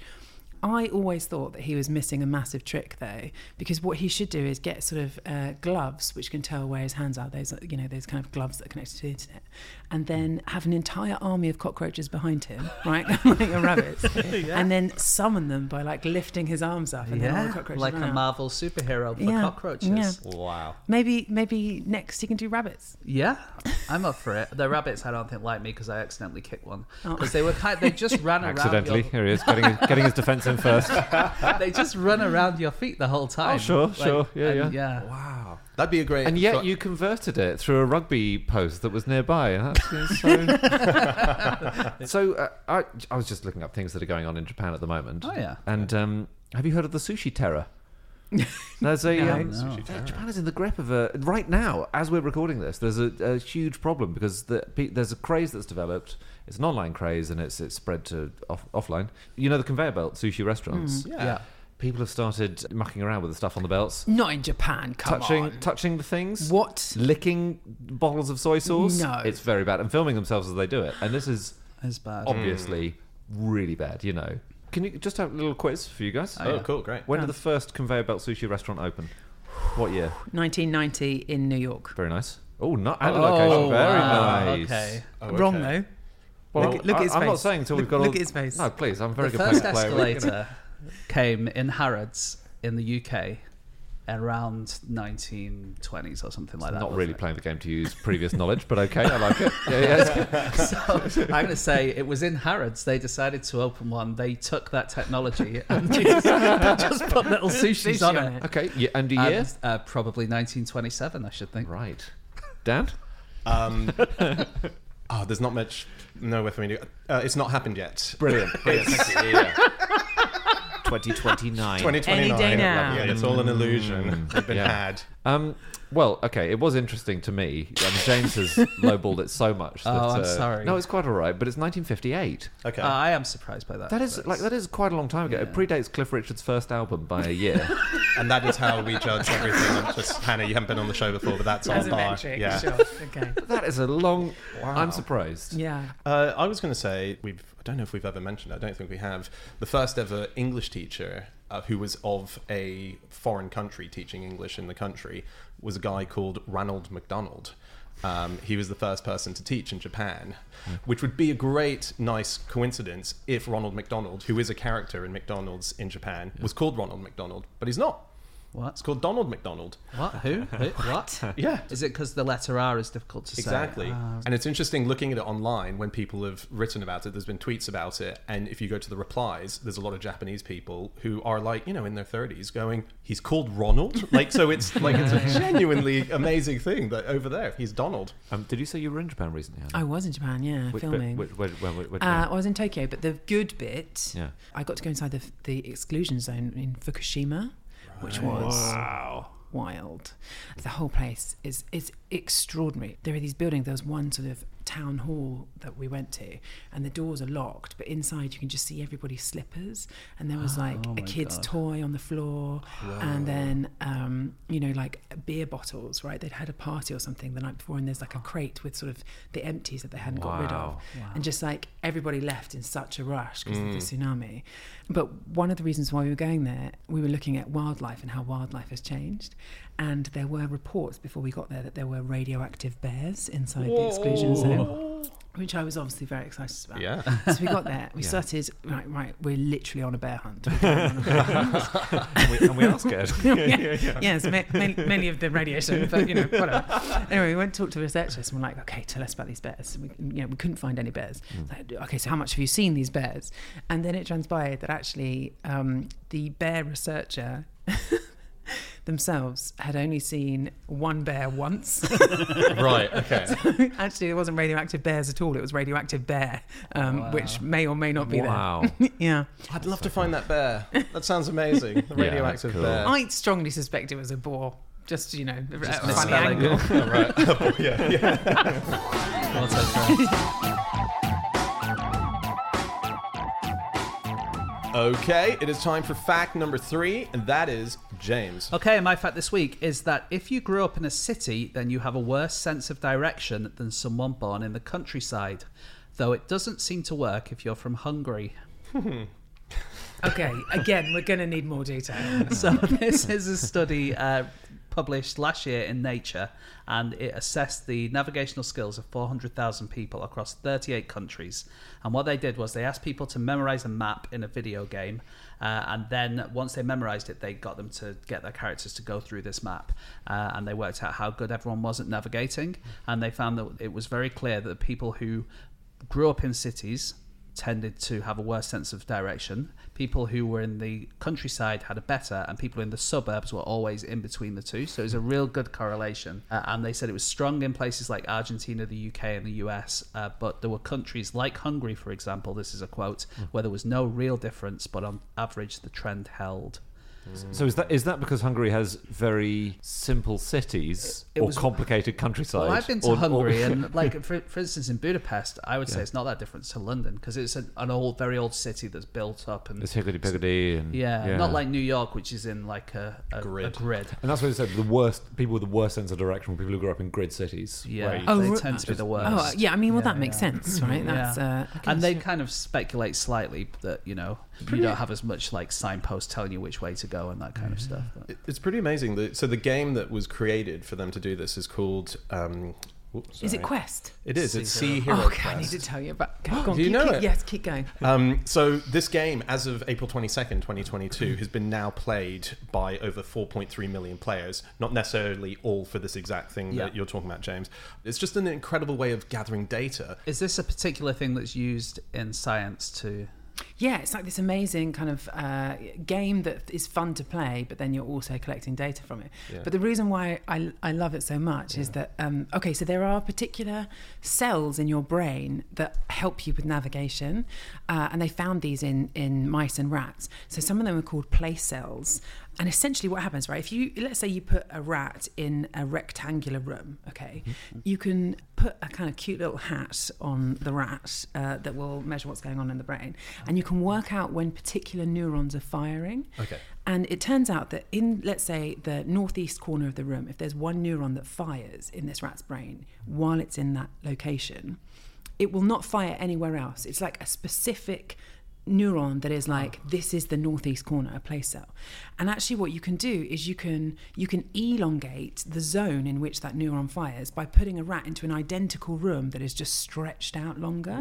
I always thought that he was missing a massive trick though, because what he should do is get sort of uh, gloves which can tell where his hands are. Those you know those kind of gloves that are connected to the internet, and then have an entire army of cockroaches behind him, right, like a rabbit, and then summon them by like lifting his arms up and then all the Yeah, cockroaches like run a out. Marvel superhero for Yeah, cockroaches. yeah. wow. Maybe maybe next he can do rabbits. Yeah, I'm up for it. The rabbits, I don't think like me because I accidentally kicked one because they were kind. They just ran around. Accidentally. Your, Here he is, getting his, getting his defense in first. they just run around your feet the whole time. Oh, sure, sure. Yeah, and yeah. Wow. That'd be a great. And yet fr- you converted it through a rugby post that was nearby. That's it's so. so uh, I, I was just looking up things that are going on in Japan at the moment. Oh, yeah. And um, have you heard of the sushi terror? There's a No, um, no. Sushi terror. Japan is in the grip of a right now as we're recording this. There's a, a huge problem because the, pe- there's a craze that's developed. It's an online craze and it's it's spread to off, offline. You know the conveyor belt sushi restaurants. yeah. Mm, yeah. People have started mucking around with the stuff on the belts, Not in Japan. Come touching on. touching the things What? licking bottles of soy sauce. No. It's very bad. And filming themselves as they do it. And this is It's bad. Oh, obviously really bad, you know. Can you just have a little quiz for you guys? Oh, cool, great. When did the first conveyor belt sushi restaurant open? What year? 1990 in New York. Very nice. Oh, not and a location. Very wow, nice. Okay. Oh, okay. Wrong though. Well, Look at- look at I- his I'm not face. saying until we've Look- got look all... at his face. No, please. I'm a very the good first poker player. We're gonna- escalator came in Harrods in the UK around 1920s or something like that. Not wasn't really it? playing the game to use previous knowledge, but okay, I like it. Yeah, yeah, it's good. So I'm going to say it was in Harrods. They decided to open one. They took that technology and they just, they just put little sushis Sushi on on it. it. Okay, yeah, and a And, year? Um, uh, probably 1927, I should think. Right. Dan? Um, oh, there's not much nowhere for me to. Uh, it's not happened yet. Brilliant. Brilliant. Thank you. Yeah. 2029. 2029. Any day now. Yeah, it's all an illusion. They've been Yeah. had. Um, well, okay, it was interesting to me. I mean, James has lowballed it so much. That, Oh, I'm uh, sorry. No, it's quite all right, but it's 1958. Okay. Uh, I am surprised by that. That is That's- like that is quite a long time ago. It predates Cliff Richard's first album by a year. and that is how we judge everything. I'm just Hannah, you haven't been on the show before, but that's As on a bar. metric, yeah. sure. Okay. that is a long. I'm surprised. Yeah. Uh, I was going to say we've. I don't know if we've ever mentioned. It, I don't think we have. The first ever English teacher uh, who was of a foreign country teaching English in the country was a guy called Ranald MacDonald. Um, he was the first person to teach in Japan, which would be a great, nice coincidence if Ronald McDonald, who is a character in McDonald's in Japan, was called Ronald McDonald, but he's not. What? It's called Donald McDonald. What? Who? Who? What? Yeah, Is it because the letter R is difficult to say? Exactly. Ah, and it's interesting looking at it online when people have written about it. There's been tweets about it. And if you go to the replies, there's a lot of Japanese people who are like, you know, in their 30s going, he's called Ronald. Like, so it's like, it's a genuinely amazing thing that over there, he's Donald. Um, did you say you were in Japan recently? Hannah? I was in Japan, yeah, Which bit- filming. Which, where, where, where, where, Uh, I was in Tokyo, but the good bit, Yeah. I got to go inside the, the exclusion zone in Fukushima, which was wild. The whole place is is extraordinary. There are these buildings. There was one sort of town hall that we went to, and the doors are locked, but inside you can just see everybody's slippers, and there was Ah, like oh a kid's toy on the floor, and then um, you know like beer bottles. Right, they'd had a party or something the night before, and there's like a crate with sort of the empties that they hadn't got rid of, Wow. and just like everybody left in such a rush because of the Mm. tsunami. But one of the reasons why we were going there, we were looking at wildlife and how wildlife has changed. And there were reports before we got there that there were radioactive bears inside the exclusion zone, which I was obviously very excited about. Yeah. So we got there, we started, right, right, we're literally on a bear hunt. We're going on a bear hunt. and, we, and we are scared. yes, ma- ma- mainly of the radiation, but you know, whatever. Anyway, we went and talked to researchers and we're like, okay, tell us about these bears. And we, you know, we couldn't find any bears. Like, okay, so how much have you seen these bears? And then it transpired that actually um, the bear researcher themselves had only seen one bear once. right. Okay. actually, there wasn't radioactive bears at all. It was radioactive bear, um, which may or may not be Wow. there. yeah. I'd love to find that bear. That sounds amazing. The Yeah, radioactive cool. bear. I strongly suspect it was a boar. Just, you know, just a funny misspelling. angle. Oh, well done, Graham. Okay. It is time for fact number three, and that is Oh. James. okay, my fact this week is that if you grew up in a city, then you have a worse sense of direction than someone born in the countryside. Though it doesn't seem to work if you're from Hungary. Okay, again, we're going to need more detail. So this is a study uh, published last year in Nature, and it assessed the navigational skills of 400,000 people across 38 countries. And what they did was they asked people to memorize a map in a video game, uh, and then once they memorized it, they got them to get their characters to go through this map, uh, and they worked out how good everyone was at navigating. And they found that it was very clear that the people who grew up in cities tended to have a worse sense of direction. People who were in the countryside had a better, and people in the suburbs were always in between the two. So it was a real good correlation. Uh, and they said it was strong in places like Argentina, the UK, and the US. Uh, but there were countries like Hungary, for example, this is a quote, Hmm. where there was no real difference, but on average, the trend held. So is that is that because Hungary has very simple cities It- it or was- complicated countryside? Well, I've been to or- or- Hungary, and like for, for instance, in Budapest, I would say it's not that different to London because it's an, an old, very old city that's built up and it's higgledy piggledy and Yeah, not like New York, which is in like a, a grid. A Grid. grid. And that's what they said. The worst people with the worst sense of direction were people who grew up in grid cities. Yeah, Oh, they re- tend to be the worst. Oh, uh, yeah, I mean, well, that Yeah, makes yeah. sense, right? That's, Yeah. uh, okay. and they kind of speculate slightly that you know you don't have as much like signpost telling you which way to go and that kind of stuff. But It's pretty amazing. that so the game that was created for them to do this is called um, Whoops, Is it sorry. Quest? It is. It's Sea Hero Oh, okay, I need Quest. to tell you about. Go on, Do you keep, know keep- it? Yes, keep going. Um, so this game, as of April 22nd, 2022, has been now played by over 4.3 million players. Not necessarily all for this exact thing that Yeah. you're talking about, James. It's just an incredible way of gathering data. Is this a particular thing that's used in science to? Yeah, it's like this amazing kind of uh, game that is fun to play, but then you're also collecting data from it. But the reason why I, I love it so much is that, um, okay, so there are particular cells in your brain that help you with navigation, uh, and they found these in, in mice and rats. So some of them are called place cells. And essentially, what happens, right? If you, let's say you put a rat in a rectangular room, okay, you can put a kind of cute little hat on the rat uh, that will measure what's going on in the brain, and you can work out when particular neurons are firing. Okay. And it turns out that in, let's say, the northeast corner of the room, if there's one neuron that fires in this rat's brain while it's in that location, it will not fire anywhere else. It's like a specific neuron that is like this is the northeast corner a place cell and actually what you can do is you can you can elongate the zone in which that neuron fires by putting a rat into an identical room that is just stretched out longer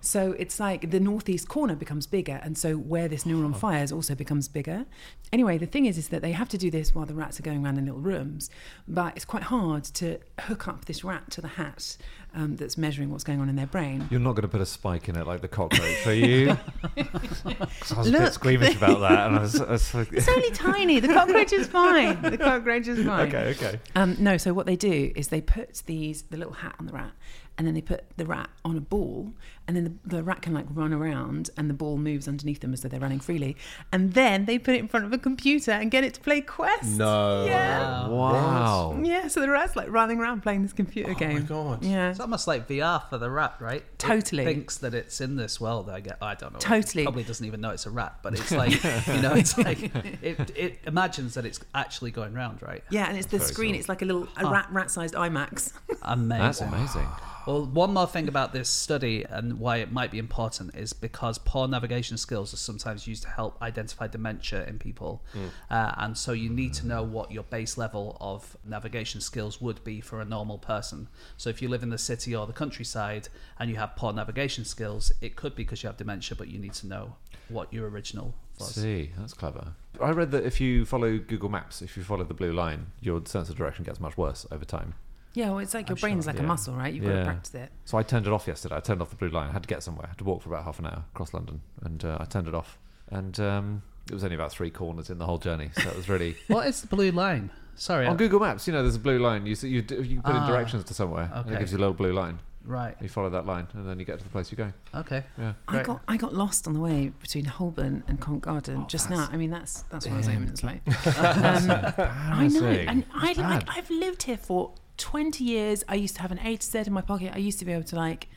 so it's like the northeast corner becomes bigger and so where this neuron fires also becomes bigger anyway the thing is is that they have to do this while the rats are going around in little rooms but it's quite hard to hook up this rat to the hat um, that's measuring what's going on in their brain You're not going to put a spike in it like the cockroach, are you? 'Cause I was a bit Look, squeamish about that, and I was, I was like, It's only tiny. The cockroach is fine. The cockroach is fine. okay, okay. Um, no, so what they do is they put these the little hat on the rat, and then they put the rat on a ball, and then the, the rat can like run around, and the ball moves underneath them as though they're running freely, and then they put it in front of a computer and get it to play Quest. No. Yeah. Wow. Yeah. So the rat's like running around playing this computer game. my God. Yeah. It's almost like VR for the rat, right? It Totally. thinks that it's in this world. I get. I don't know. Totally. It probably doesn't even know it's a rat, but it's like you know, it's like it, it imagines that it's actually going round, right? Yeah, and it's the screen. It's like a little a rat rat-sized IMAX. Amazing. That's amazing. Well, one more thing about this study and why it might be important is because poor navigation skills are sometimes used to help identify dementia in people. Hmm. Uh, and so you need to know what your base level of navigation skills would be for a normal person. So if you live in the city or the countryside and you have poor navigation skills, it could be because you have dementia, but you need to know what your original was. See, that's clever. I read that if you follow Google Maps, if you follow the blue line, your sense of direction gets much worse over time. Yeah, well, it's like your brain's like yeah. a muscle, right? You've got Yeah. to practice it. So I turned it off yesterday. I turned off the blue line. I had to get somewhere. I had to walk for about half an hour across London, and uh, I turned it off. And um, it was only about three corners in the whole journey, so it was really What is the blue line? Sorry. on I- Google Maps. You know, there's a blue line. You see, you, d- you Ah, put in directions to somewhere, and it okay. gives you a little blue line. Right. You follow that line, and then you get to the place you go. Okay. Yeah. I got I got lost on the way between Holborn and Covent Oh, Garden just now. I mean, that's that's what I was eight minutes late. Um, I know, Embarrassing. and I like bad. I've lived here for twenty years. I used to have an A to Z in my pocket. I used to be able to like.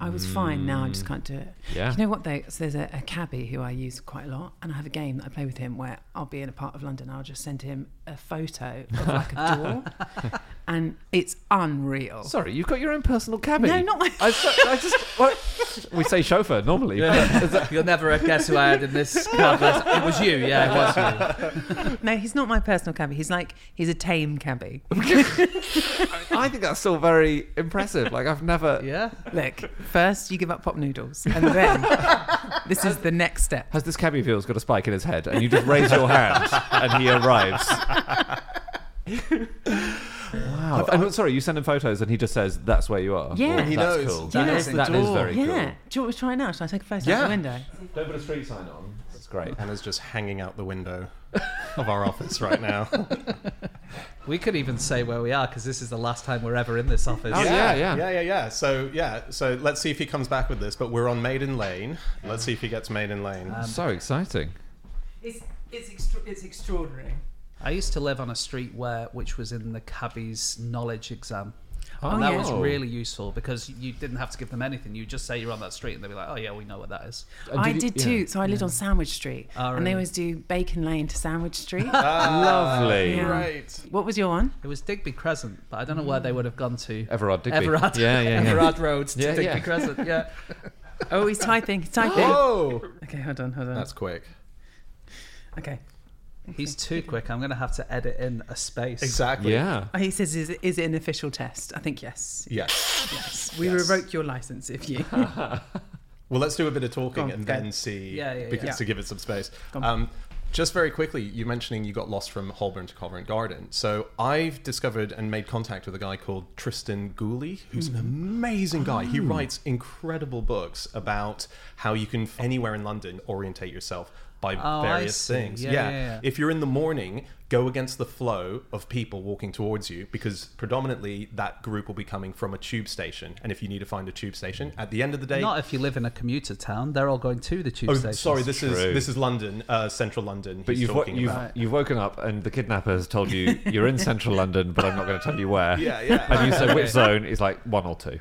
I was fine. Now I just can't do it. Mm. Yeah. You know what though? So there's a, a cabbie who I use quite a lot, and I have a game that I play with him where I'll be in a part of London. and I'll just send him a photo of like a door, and it's unreal. Sorry, you've got your own personal cabin. No, not my- I, s- I just. What? We say chauffeur normally. but is that- You'll never guess who I had in this cover. It was you, yeah, it was you. No, he's not my personal cabbie. He's like he's a tame cabbie. I think that's still very impressive. Like I've never. Yeah. Look, first you give up pop noodles, and then this is the next step. Has this cabbie of yours got a spike in his head? And you just raise your hand, and he arrives. wow! And I'm sorry, you send him photos, and he just says, "That's where you are." Yeah. Well, He that's knows. Cool. That That Yeah. is is the door. very yeah. Do cool. you want me to try now? Shall I take a photo out Yeah. the window? Don't put a street sign on. That's great. Anna's just hanging out the window of our office right now. We could even say where we are because this is the last time we're ever in this office. Oh, yeah, yeah. Yeah, yeah, yeah. So, yeah. So let's see if he comes back with this. But we're on Maiden Lane. Let's see if he gets Maiden Lane. so exciting. It's it's, extra- it's extraordinary. I used to live on a street where, which was in the cabbie's knowledge exam. Oh, and that yeah. was really useful because you didn't have to give them anything. You just say you're on that street and they'd be like, oh, yeah, we know what that is. And I you- did yeah. too. So I lived on Sandwich Street, Oh, and they really? always do Bacon Lane to Sandwich Street. Lovely. Ah, Yeah. Right. what was your one? Um, It was Digby Crescent, but I don't know where they would have gone to. Everard Digby. Everard. Yeah, yeah, yeah. Everard Road to Yeah, Digby yeah. Crescent, yeah. Oh, Oh. he's typing. He's typing. Whoa. Okay, hold on, hold on. That's quick. Okay. He's too quick. I'm going to have to edit in a space. Exactly. Yeah. Oh, he says, is, is it an official test? I think yes. Yes. Yes. We Yes. revoke your license if you. Well, let's do a bit of talking Go on, and go. then see. Yeah, yeah, because- yeah. To give it some space. on. Um, just very quickly, you mentioning you got lost from Holborn to Covent Garden. So I've discovered and made contact with a guy called Tristan Gooley, who's an amazing guy. Oh. He writes incredible books about how you can anywhere in London orientate yourself by Oh, I various see. things. Yeah, yeah, yeah. If you're in the morning, go against the flow of people walking towards you because predominantly that group will be coming from a tube station. And if you need to find a tube station, at the end of the day, Not if you live in a commuter town. They're all going to the tube Oh, station. sorry. This True. is this is London, uh, central London. But he's you've, wo- talking you've, about. you've woken up and the kidnapper has told you you're in central London, but I'm not going to tell you where. Yeah, yeah. And you say which zone? He's like one or two.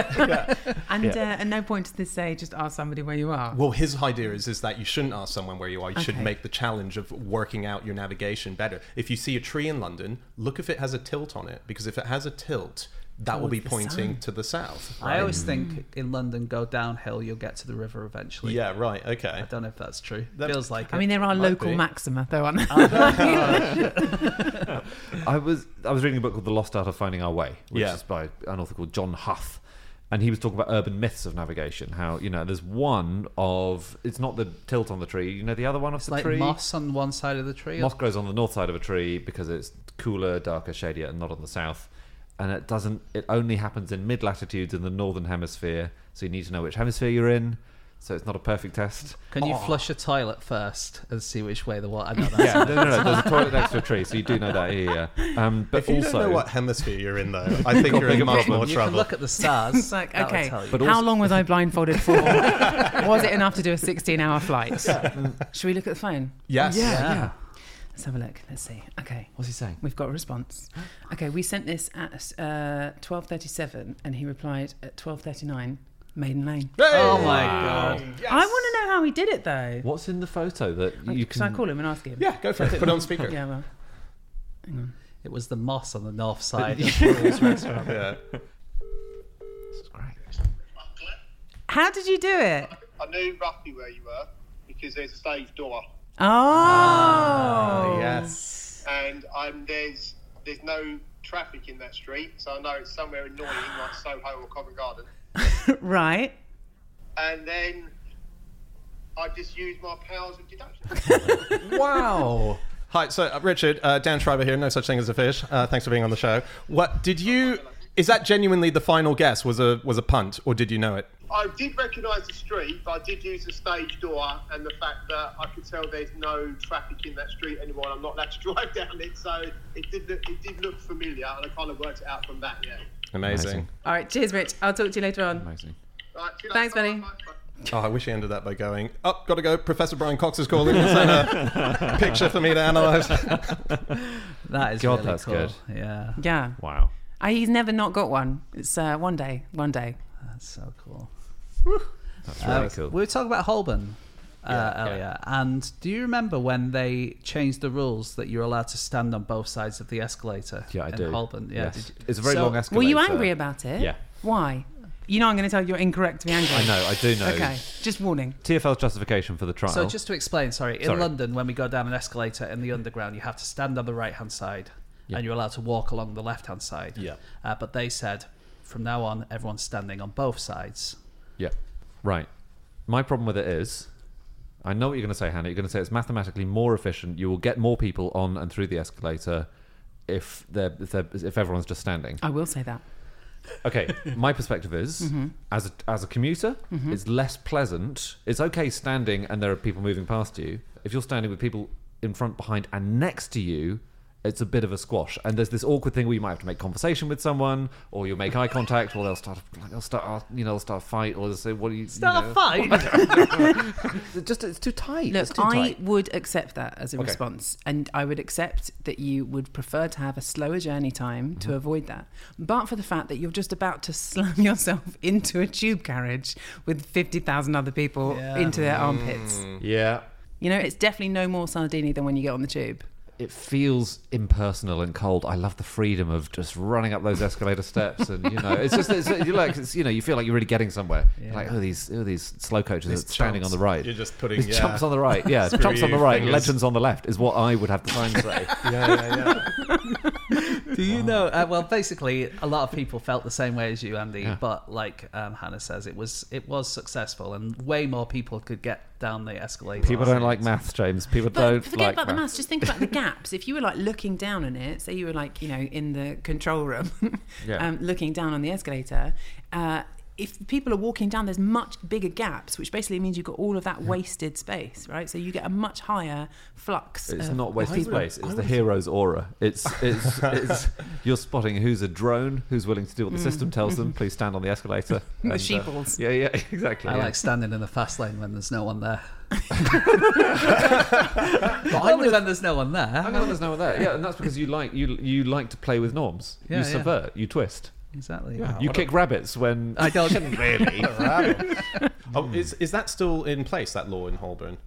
And uh, at no point does this say just ask somebody where you are. Well, his idea is is that you shouldn't ask someone where you are. You should Okay. make the challenge of working out your navigation better. If you see a tree in London, look if it has a tilt on it, because if it has a tilt, that will Oh, Towards be the pointing sun. to the south. I always think in London, go downhill, you'll get to the river eventually. Yeah, right. Okay. I don't know if that's true. That- Feels like I it. mean, there are Might local be. maxima, though, aren't there? I was I was reading a book called The Lost Art of Finding Our Way, which Yeah. is by an author called John Huff, and he was talking about urban myths of navigation. How you know there's one of it's not the tilt on the tree. You know the other one of it's the like tree. moss on one side of the tree. Moss grows on the north side of a tree because it's cooler, darker, shadier, and not on the south. And it doesn't. It only happens in mid latitudes in the northern hemisphere. So you need to know which hemisphere you're in. So it's not a perfect test. Can you flush a toilet first and see which way the water? I know that's Oh. Yeah, no, no, no. There's a toilet next to a tree, so you do know that. Yeah, yeah. yeah. Um, but if you also, don't know what hemisphere you're in, though, I think Got you're in bigger much more problems. You can trouble. look at the stars. It's like, That'll okay, tell you. But how also- long was I blindfolded for? was it enough to do a 16 hour flight? Should we look at the phone? yes. yeah. Yeah. Let's have a look. Let's see. Okay. What's he saying? We've got a response. Okay, we sent this at uh, 12.37 and he replied at 12.39, Maiden Lane. Oh my god! I want to know how he did it, though. What's in the photo that you can? Should I call him and ask him? Yeah, go for it. Put it on speaker. Yeah, well. It was the moss on the north side. of Paul's restaurant. Yeah. It's great. How did you do it? I knew roughly where you were because there's a stage door, Oh. Oh. Yes. and I'm there's there's no traffic in that street, so I know it's somewhere annoying like Soho or Covent Garden. Right. And then I just used my powers of deduction. Wow. Hi, so uh, Richard, uh, Dan Schreiber here. No such thing as a fish. Uh, thanks for being on the show. What did you? Is that genuinely the final guess? Was a was a punt, or did you know it? I did recognise the street, but I did use the stage door and the fact that I could tell there's no traffic in that street anymore. and I'm not allowed to drive down it, so it did look, it did look familiar, and I kind of worked it out from that. Yeah. Amazing. All right. Cheers, Rich. I'll talk to you later on. Amazing. Right, see you Thanks, later. buddy. Bye, bye, bye. Oh, I wish he ended that by going. Oh, gotta go. Professor Brian Cox is calling. and sent a picture for me to analyze. That is God, really that's cool. good. Yeah, Yeah. Wow. I, he's never not got one. It's uh, one day. One day. that's so cool. That's really Uh, cool. We were talking about Holborn uh, Yeah, earlier, and do you remember when they changed the rules that you're allowed to stand on both sides of the escalator? yeah, I in do. Holborn, yeah. Yes. did you- It's a very So- long escalator. Were you angry about it? Yeah. Why? You know I'm going to tell you you're incorrect to be angry. I know. I do know. Okay. Just warning. TFL's justification for the trial. So just to explain, sorry, in Sorry. London, when we go down an escalator in the underground, you have to stand on the right hand side, and you're allowed to walk along the left hand side. Yeah. Uh, but they said from now on, everyone's standing on both sides. Yeah. Right. My problem with it is, I know what you're going to say, Hannah. You're going to say it's mathematically more efficient. You will get more people on and through the escalator if they're, if, they're, if everyone's just standing. I will say that. Okay. my perspective is, as a, as a commuter, it's less pleasant. It's okay standing and there are people moving past you. If you're standing with people in front, behind, and next to you. It's a bit of a squash, and there's this awkward thing where you might have to make conversation with someone, or you'll make eye contact, or they'll start, they'll start, you know, they'll start a fight, or they'll say, "What are you?" you Start know. a fight. It just it's too tight. Look, it's too I tight. would accept that as a Okay. response, and I would accept that you would prefer to have a slower journey time Mm-hmm. to avoid that. But for the fact that you're just about to slam yourself into a tube carriage with 50,000 other people Yeah. into their armpits, Yeah. you know, it's definitely no more sardini than when you get on the tube. it feels impersonal and cold. I love the freedom of just running up those escalator steps, and you know, it's just it's, you like it's, you know you feel like you're really getting somewhere. You're Like oh these oh these slow coaches These are standing on jumps. the right. You're just putting- these yeah. jumps on the right. Yeah, jumps on the you right. fingers. Legends on the left is what I would have the sign say. Yeah, yeah, yeah. Do you know? Uh, well, basically, a lot of people felt the same way as you, Andy. But like um, Hannah says, it was it was successful, and way more people could get down the escalator. People don't like maths, James. People But don't forget like about the maths. maths. Just think about the gaps. If you were like looking down on it, say you were like you know in the control room, Yeah. um, looking down on the escalator. Uh, if people are walking down, there's much bigger gaps, which basically means you've got all of that wasted space, right? So you get a much higher flux. It's Oh, of not wasted people. space. It's the hero's aura. It's it's, it's you're spotting who's a drone, who's willing to do what the Mm. system tells them. Please stand on the escalator. The and, uh, sheeples. yeah, yeah, exactly. I yeah. like standing in the fast lane when there's no one there. but only when there's no one How there. come there's no one there? Yeah, and that's because you like you you like to play with norms. Yeah, you yeah. subvert. You twist. Exactly. you kick rabbits when I don't. really. Oh, is, is that still in place, that law in Holborn?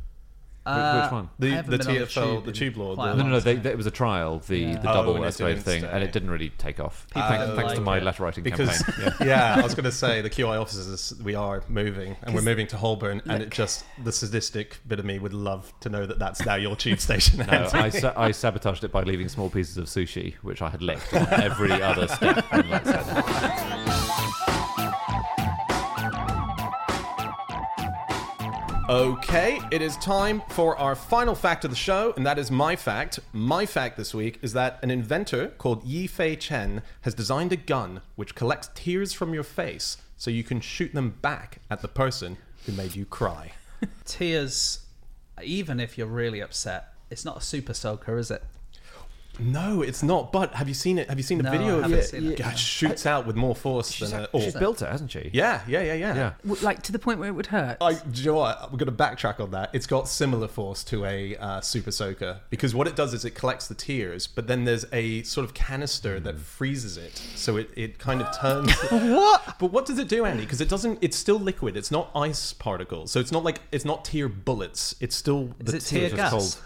which one? The- I haven't the been on TFL the in tube law, quite a the- No, no, long no. They, time. they- it was a trial, the, the Oh, double and it escalator didn't thing, and stay. it didn't really take off. thanks don't thanks to like my it. letter writing Because campaign. yeah. I was going to say the QI officers we are moving and we're moving to Holborn and it just the sadistic bit of me would love to know that that's now your tube station. No, I, sa- I sabotaged it by leaving small pieces of sushi, which I had licked on every other step. And like said, Okay, it is time for our final fact of the show, and that is my fact. My fact this week is that an inventor called Yi Fei Chen has designed a gun which collects tears from your face so you can shoot them back at the person who made you cry. Tears, even if you're really upset, it's not a super soaker, is it? No, it's not, but have you seen it? Have you seen the No, I video of haven't it? seen it, God, no. shoots out with more force than a. she's or- built it, hasn't she? Yeah, yeah, yeah, yeah. Yeah. W- like to the point where it would hurt. I, do you know what? I'm going to backtrack on that. It's got similar force to a uh, Super Soaker because what it does is it collects the tears, but then there's a sort of canister that freezes it, so it, it kind of turns. what? But what does it do, Andy? Because it doesn't. It's still liquid. It's not ice particles, so it's not like it's not tear bullets. It's still Is the it tear just gas? cold.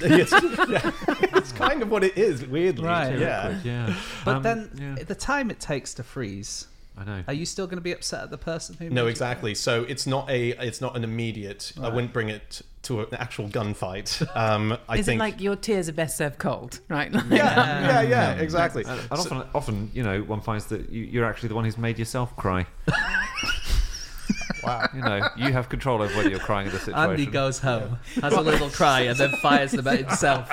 it's, yeah. It's kind of what it is. Weirdly, Right. Yeah. yeah. But Um, then yeah, the time it takes to freeze. I know. Are you still going to be upset at the person who? No, made you- exactly. So it's not a. It's not an immediate. I wouldn't bring it to an actual gunfight. Um, I Is think. it like your tears are best served cold, right? Like- yeah, yeah, yeah, exactly. And often, often, you know, one finds that you, you're actually the one who's made yourself cry. wow. You know, you have control over whether you're crying in the situation. Andy goes home, has a little cry, and then fires them at himself.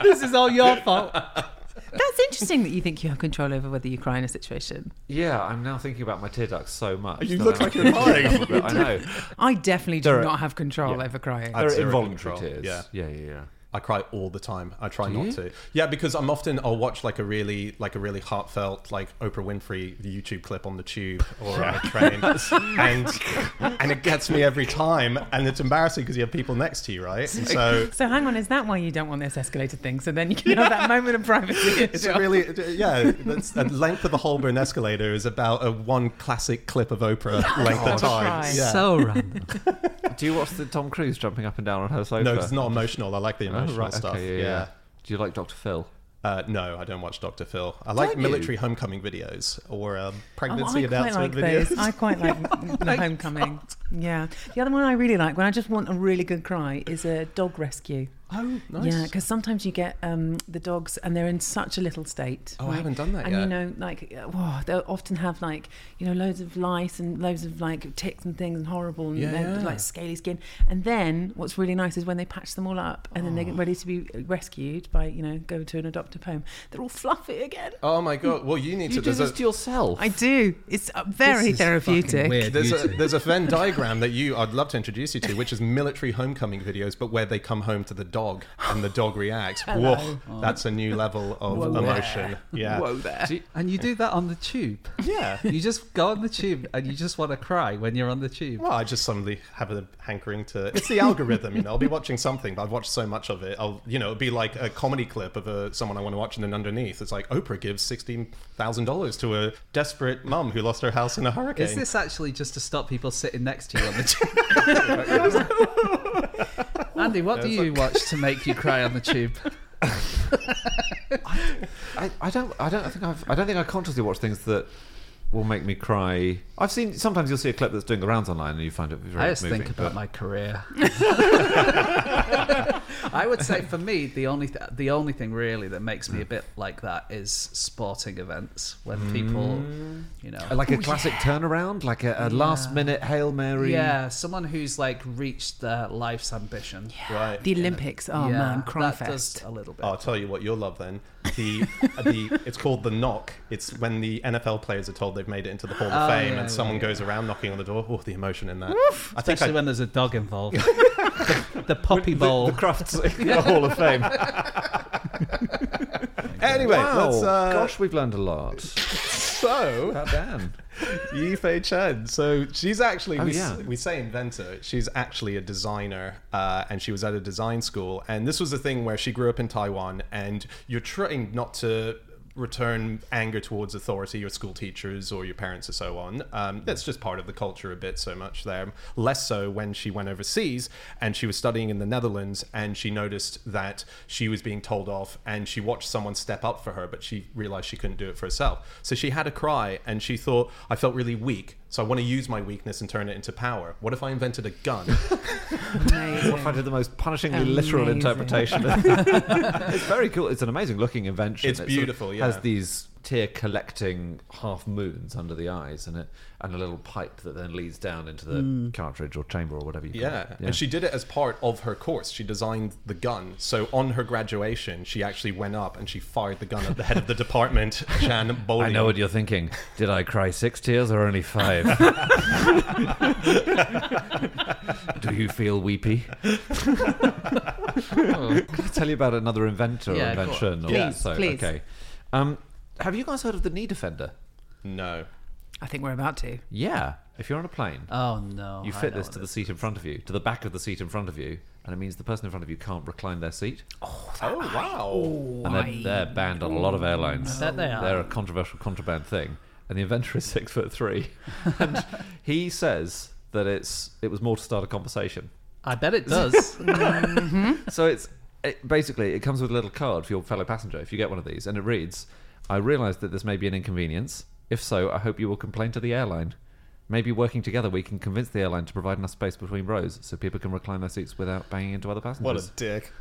this is all your fault. That's interesting that you think you have control over whether you cry in a situation. Yeah, I'm now thinking about my tear ducts so much. You that look I'm like you're actually- crying. I know. I definitely do There are- not have control over crying. I- They're zero involuntary control. tears. Yeah. yeah, yeah, yeah. I cry all the time. I try not to. Yeah, because I'm often I'll watch like a really like a really heartfelt like Oprah Winfrey YouTube clip on the tube or on a train, and and it gets me every time. And it's embarrassing because you have people next to you, right? And so so hang on, is that why you don't want this escalated thing? So then you can have that moment of privacy. it's a really yeah. That's, the length of the Holborn escalator is about a one classic clip of Oprah length Oh, of time. cry. Yeah. So random. Do you watch the Tom Cruise jumping up and down on her sofa? no, it's not emotional. I like the Oh, emotional right, stuff. okay, yeah, yeah. yeah. Do you like Dr. Phil? Uh, no, I don't watch Doctor Phil. I like Don't you? military homecoming videos or um, Oh, pregnancy I quite like announcement those. videos. I quite like the homecoming. Yeah. The other one I really like when I just want a really good cry is a dog rescue. Oh, Yeah, because sometimes you get um, the dogs and they're in such a little state. Oh, I haven't done that and yet. you know, like, uh, whoa, they'll often have like, you know, loads of lice and loads of like ticks and things and horrible and Yeah, they're yeah. like scaly skin. And then what's really nice is when they patch them all up and then they get Oh. ready to be rescued by, you know, go to an adoptive home. They're all fluffy again. Oh my god! Well, you need to. You do There's this a, to yourself. I do. It's uh, very therapeutic. there's a there's a Venn diagram that you I'd love to introduce you to, which is military homecoming videos, but where they come home to the dog and the dog reacts. Whoa, that's a new level of emotion. Yeah. Whoa there. And you do that on the tube. Yeah. You just go on the tube and you just want to cry when you're on the tube. Well, I just suddenly have a hankering to. It's the algorithm, you know. I'll be watching something, but I've watched so much of it. I'll, you know, it'll be like a comedy clip of a, someone I want to watch, and then underneath, it's like Oprah gives sixteen thousand dollars to a desperate mum who lost her house in a hurricane. Is this actually just to stop people sitting next to you on the tube? Andy, Andy, what do you watch to make you cry on the tube? I, I don't I don't think I've I don't think I consciously watch things that will make me cry. I've seen sometimes you'll see a clip that's doing the rounds online and you find it very I just moving. think about but- my career. I would say for me, the only th- the only thing really that makes Hmm. me a bit like that is sporting events when people, you know, Hmm. Uh, like a classic turnaround, like a, a last minute hail mary. yeah, someone who's like reached their life's ambition. Right. Oh, The Olympics. Oh yeah, man, cry that fest. does a little bit. Oh, I'll tell you what you'll love then. The the it's called the knock. It's when the NFL players are told they've made it into the Hall of Oh, Fame, yeah, and someone yeah, goes around knocking on the door. Oh, the emotion in that. I think Especially I, when there's a dog involved. the, the puppy bowl. The Crufts in the Hall of Fame. anyway, wow, let's, uh, gosh, we've learned a lot. so About Dan. Yifei Chen. So she's actually Oh, we, yeah. we say inventor. She's actually a designer, uh, and she was at a design school. And this was the thing where she grew up in Taiwan, and you're trained not to return anger towards authority or school teachers or your parents or so on. Um, that's just part of the culture a bit so much there. Less so when she went overseas and she was studying in the Netherlands and she noticed that she was being told off and she watched someone step up for her, but she realized she couldn't do it for herself. So she had a cry and she thought, I felt really weak. So I want to use my weakness and turn it into power. What if I invented a gun? What if I did the most punishingly literal Amazing. interpretation? it's very cool. It's an amazing looking invention. It's It sort of beautiful, yeah. Has these tear collecting half moons under the eyes and it and a little pipe that then leads down into the cartridge or chamber or whatever you call Yeah. it. and she did it as part of her course. She designed the gun. So on her graduation, she actually went up and she fired the gun at the head of the department, Chan Bowling. I know what you're thinking. Did I cry six tears or only five? Do you feel weepy? Can I tell you about another inventor Yeah, or go on. invention? Or Please, so? please. Okay. Um, have you guys heard of the knee defender? No. I think we're about to. Yeah. If you're on a plane, oh no! you I fit know this to the seat in front of you, to the back of the seat in front of you, and it means the person in front of you can't recline their seat. Oh, wow. and they're, they're banned on a lot of airlines. bet they are. They're a controversial contraband thing. And the inventor is six foot three, and he says that it's it was more to start a conversation. I bet it does. So it's it, basically it comes with a little card for your fellow passenger if you get one of these, and it reads, "I realise that this may be an inconvenience. If so, I hope you will complain to the airline." Maybe working together, we can convince the airline to provide enough space between rows so people can recline their seats without banging into other passengers. What a dick.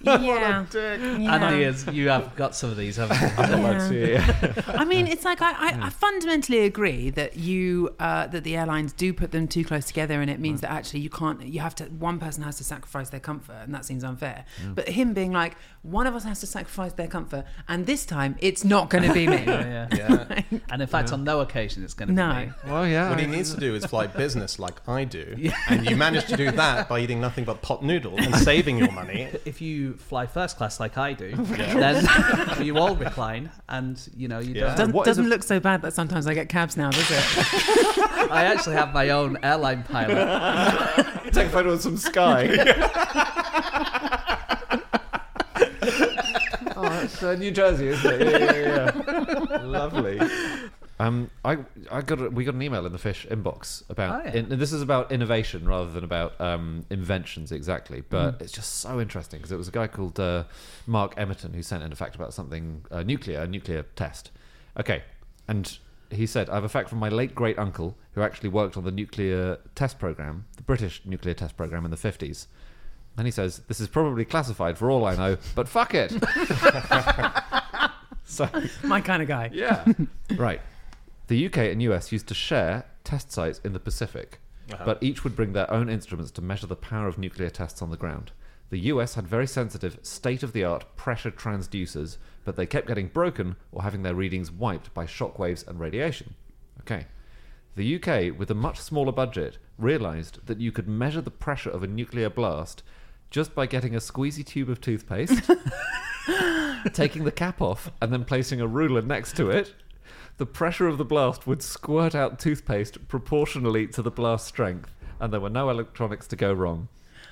Yeah. Andy is. You have got some of these, haven't you? I mean, it's like I, I, I fundamentally agree that you uh, that the airlines do put them too close together, and it Mm. means that actually you can't. You have to. One person has to sacrifice their comfort, and that seems unfair. Mm. But him being like, one of us has to sacrifice their comfort, and this time it's not going to be me. yeah. And in fact, on no occasion it's going to be. No. me. Well, yeah. What he needs to do is fly business like I do. And you manage to do that by eating nothing but pot noodle and saving your money. if you fly first class like I do, then you all recline, and you know you Yeah. don't. Doesn't, what is doesn't a- look so bad that sometimes I get cabs now, does it? I actually have my own airline pilot. take a photo of some sky. oh, that's uh, New Jersey, isn't it? Yeah, yeah, yeah. Lovely. Um, I, I got a, we got an email in the fish inbox about Oh, yeah. and this is about innovation rather than about um, inventions exactly, Mm. but it's just so interesting because it was a guy called uh, Mark Emerton who sent in a fact about something uh, nuclear, a nuclear test. Okay, and he said, I have a fact from my late great uncle who actually worked on the nuclear test program, the British nuclear test program in the 50s. And he says, This is probably classified for all I know, but fuck it. so, My kind of guy. yeah. right. The UK and US used to share test sites in the Pacific, but each would bring their own instruments to measure the power of nuclear tests on the ground. The US had very sensitive, state of the art pressure transducers, but they kept getting broken or having their readings wiped by shock waves and radiation. Okay. The UK, with a much smaller budget, realised that you could measure the pressure of a nuclear blast just by getting a squeezy tube of toothpaste, taking the cap off, and then placing a ruler next to it. The pressure of the blast would squirt out toothpaste proportionally to the blast strength, and there were no electronics to go wrong.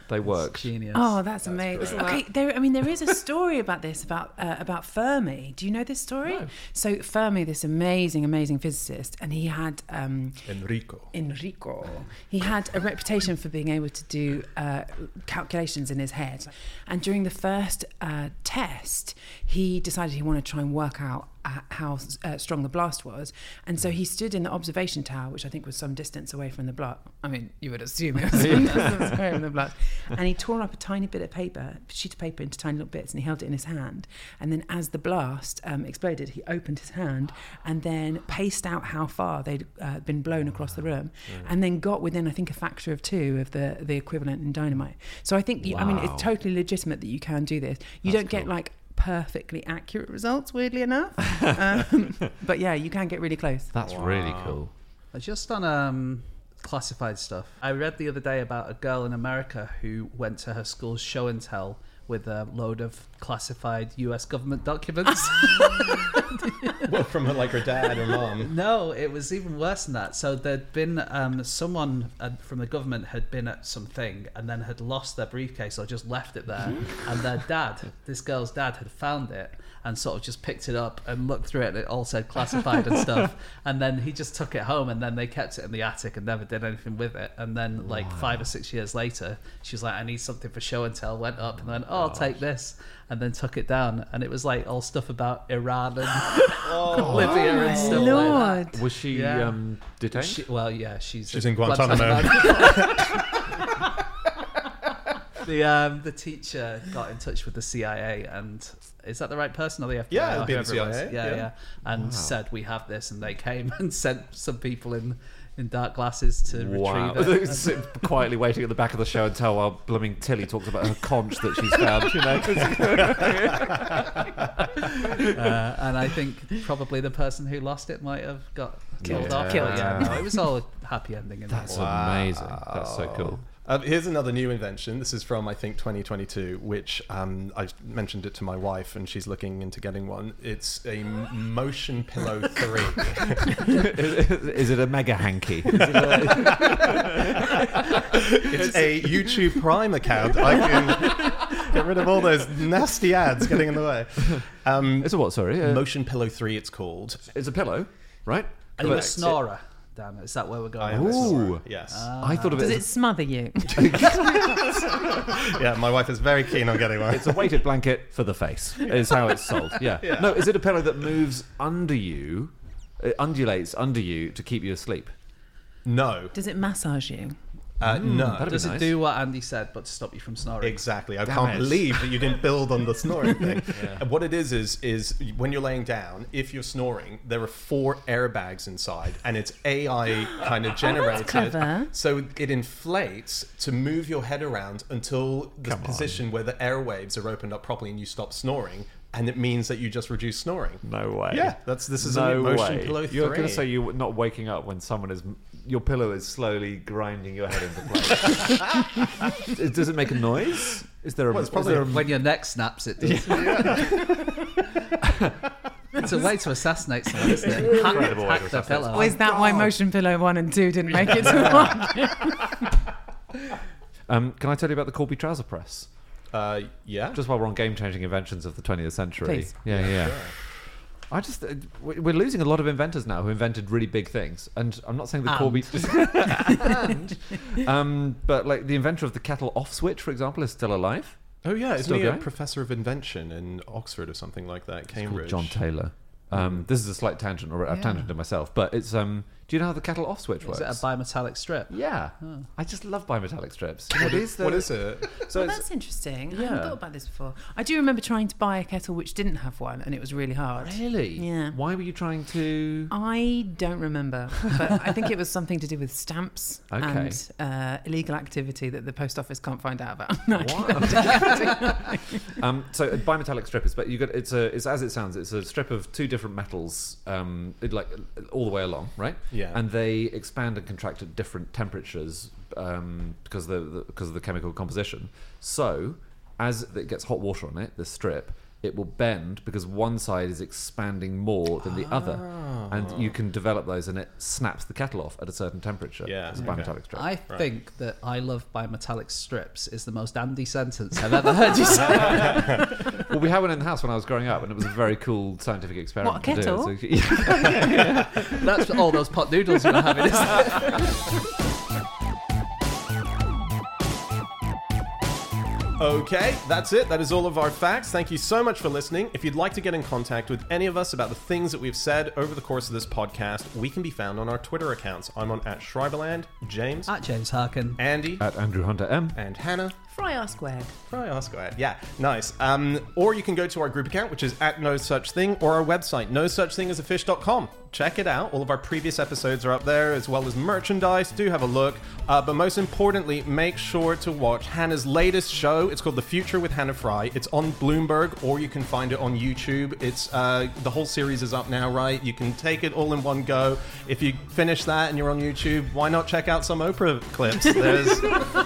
They worked. Genius. Oh, that's, amazing. Okay, there. I mean, there is a story about this about uh, about Fermi. Do you know this story? So Fermi, this amazing, amazing physicist, and he had um, Enrico. Enrico. He had a reputation for being able to do uh, calculations in his head. And during the first uh, test, he decided he wanted to try and work out uh, how uh, strong the blast was. And so he stood in the observation tower, which I think was some distance away from the blast. I mean, you would assume it was some distance away from the blast. And he tore up a tiny bit of paper, sheet of paper into tiny little bits, and he held it in his hand. And then as the blast um, exploded, he opened his hand and then paced out how far they'd uh, been blown across the room, and then got within I think a factor of two of the the equivalent in dynamite. So I think you, I mean Wow. it's totally legitimate that you can do this. You don't get like perfectly accurate results, weirdly enough, um, but yeah, you can get really close. That's really cool. Just on um, classified stuff, I read the other day about a girl in America who went to her school's show and tell with a load of classified U.S. government documents. Well, from her, like her dad or mom. no, it was even worse than that. So there'd been um, someone uh, from the government had been at something and then had lost their briefcase or just left it there, and their dad, this girl's dad, had found it. And sort of just picked it up and looked through it, and it all said classified and stuff. And then he just took it home, and then they kept it in the attic and never did anything with it. And then, like five or six years later, she was like, "I need something for show and tell." Went up and then, "Oh, I'll take this," and then took it down, and it was like all stuff about Iran and Libya and stuff like that. Lord, Was she Yeah. um, detained? She, well, yeah, she's She's in Guantanamo. the um, the teacher got in touch with the CIA, and is that the right person or the FBI? Yeah, it'll or be the whoever it was? CIA, Yeah, yeah. yeah, and said we have this, and they came and sent some people in in dark glasses to Wow. retrieve it. Quietly waiting at the back of the show and tell while blooming Tilly talks about her conch that she's found, you know. 'cause- uh, and I think probably the person who lost it might have got killed Killed. off. Killed. but Yeah, no, it was all a happy ending. In That's that one. amazing. That's so cool. Uh, here's another new invention. This is from I think 2022, which um, I mentioned it to my wife, and she's looking into getting one. It's a m- motion pillow three. Is it a mega hanky? it's a YouTube Prime account. I can get rid of all those nasty ads getting in the way. Um, It's a what? Sorry, Uh, motion pillow three. It's called. it's a pillow, right? Are you a Correct. snorer, Dan? Is that where we're going? I am a Ooh. snorer, Yes. I thought of it. does it As smother you? yeah, my wife is very keen on getting one. it's a weighted blanket for the face. Is how it's sold. Yeah. No, is it a pillow that moves under you? It undulates under you to keep you asleep. no. Does it massage you? Uh, no. That'd Does be it nice. do what Andy said, but to stop you from snoring? Exactly. I can't it. believe that you didn't build on the snoring thing. And What it is is is when you're laying down, if you're snoring, there are four airbags inside, and it's AI kind of generated. clever. So it inflates to move your head around until the position where the airwaves are opened up properly and you stop snoring, and it means that you just reduce snoring. No way. Yeah, that's this is a no motion way. pillow You're going three. to say you're not waking up when someone is your pillow is slowly grinding your head into place. It- Does it make a noise? Is there a? Well, it's is probably there a- When your neck snaps, it does. it's a way to assassinate someone, isn't it? Hack, Incredible way hack to the assassinate pillow. Or is that why Motion Pillow One and Two didn't make it to one? um, can I tell you about the Corby trouser press? Uh, yeah. Just while we're on game-changing inventions of the 20th century. Please. Yeah, yeah. yeah. I just uh, we- we're losing a lot of inventors now who invented really big things, and I'm not saying the And. Corby. and, um, but like the inventor of the kettle off switch, for example, is still alive. oh yeah, isn't Still he a going? professor of invention in Oxford or something like that? called Cambridge. John Taylor. Um, this is a slight tangent, or I've tangented myself, but it's. Um, do you know how the kettle off switch Is works? it a bimetallic strip? yeah, I just love bimetallic strips. What is the, What is it? So Well, it's, that's interesting. I Yeah. hadn't thought about this before. I do remember trying to buy a kettle which didn't have one, and it was really hard. really? Yeah. Why were you trying to? I don't remember, but I think it was something to do with stamps Okay. and uh, illegal activity that the post office can't find out about. No, Um, so a bimetallic strip is, but you got it's a it's as it sounds. It's a strip of two different metals, um, it like all the way along, right? Yeah. And they expand and contract at different temperatures um, because the, the because of the chemical composition. So as it gets hot water on it, the strip it will bend because one side is expanding more than the other, and Ah. you can develop those, and it snaps the kettle off at a certain temperature. Yeah, it's a bimetallic okay. strip. I think that I love bimetallic strips is the most Andy sentence I've ever heard you say. well, we had one in the house when I was growing up, and it was a very cool scientific experiment. What, a to do. kettle? So- yeah. That's all those pot noodles you're having. Isn't it? Okay, that's it. That is all of our facts. Thank you so much for listening. If you'd like to get in contact with any of us about the things that we've said over the course of this podcast, we can be found on our Twitter accounts. I'm on at Schreiberland, James, At James Harkin. Andy, At Andrew Hunter M. and Hannah. Fry R squared. Probably ask that. Yeah, nice. Um, or you can go to our group account, which is at no such thing, or our website, no such thing as a fish.com. Check it out. All of our previous episodes are up there, as well as merchandise. Do have a look. Uh, but most importantly, make sure to watch Hannah's latest show. It's called The Future with Hannah Fry. It's on Bloomberg, or you can find it on YouTube. It's uh, the whole series is up now, right? You can take it all in one go. If you finish that and you're on YouTube, why not check out some Oprah clips? There's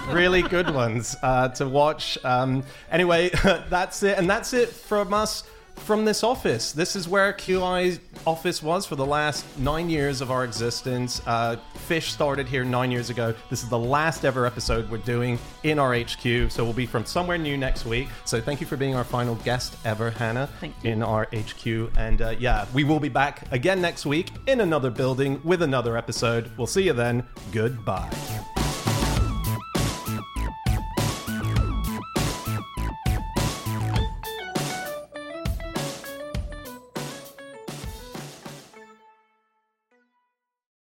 really good ones uh, to watch. Um, anyway, that's it. And that's it from us from this office. This is where QI's office was for the last nine years of our existence. Uh, Fish started here nine years ago. This is the last ever episode we're doing in our HQ. So we'll be from somewhere new next week. So thank you for being our final guest ever, Hannah, Thank you. in our HQ. And uh, yeah, we will be back again next week in another building with another episode. We'll see you then. Goodbye.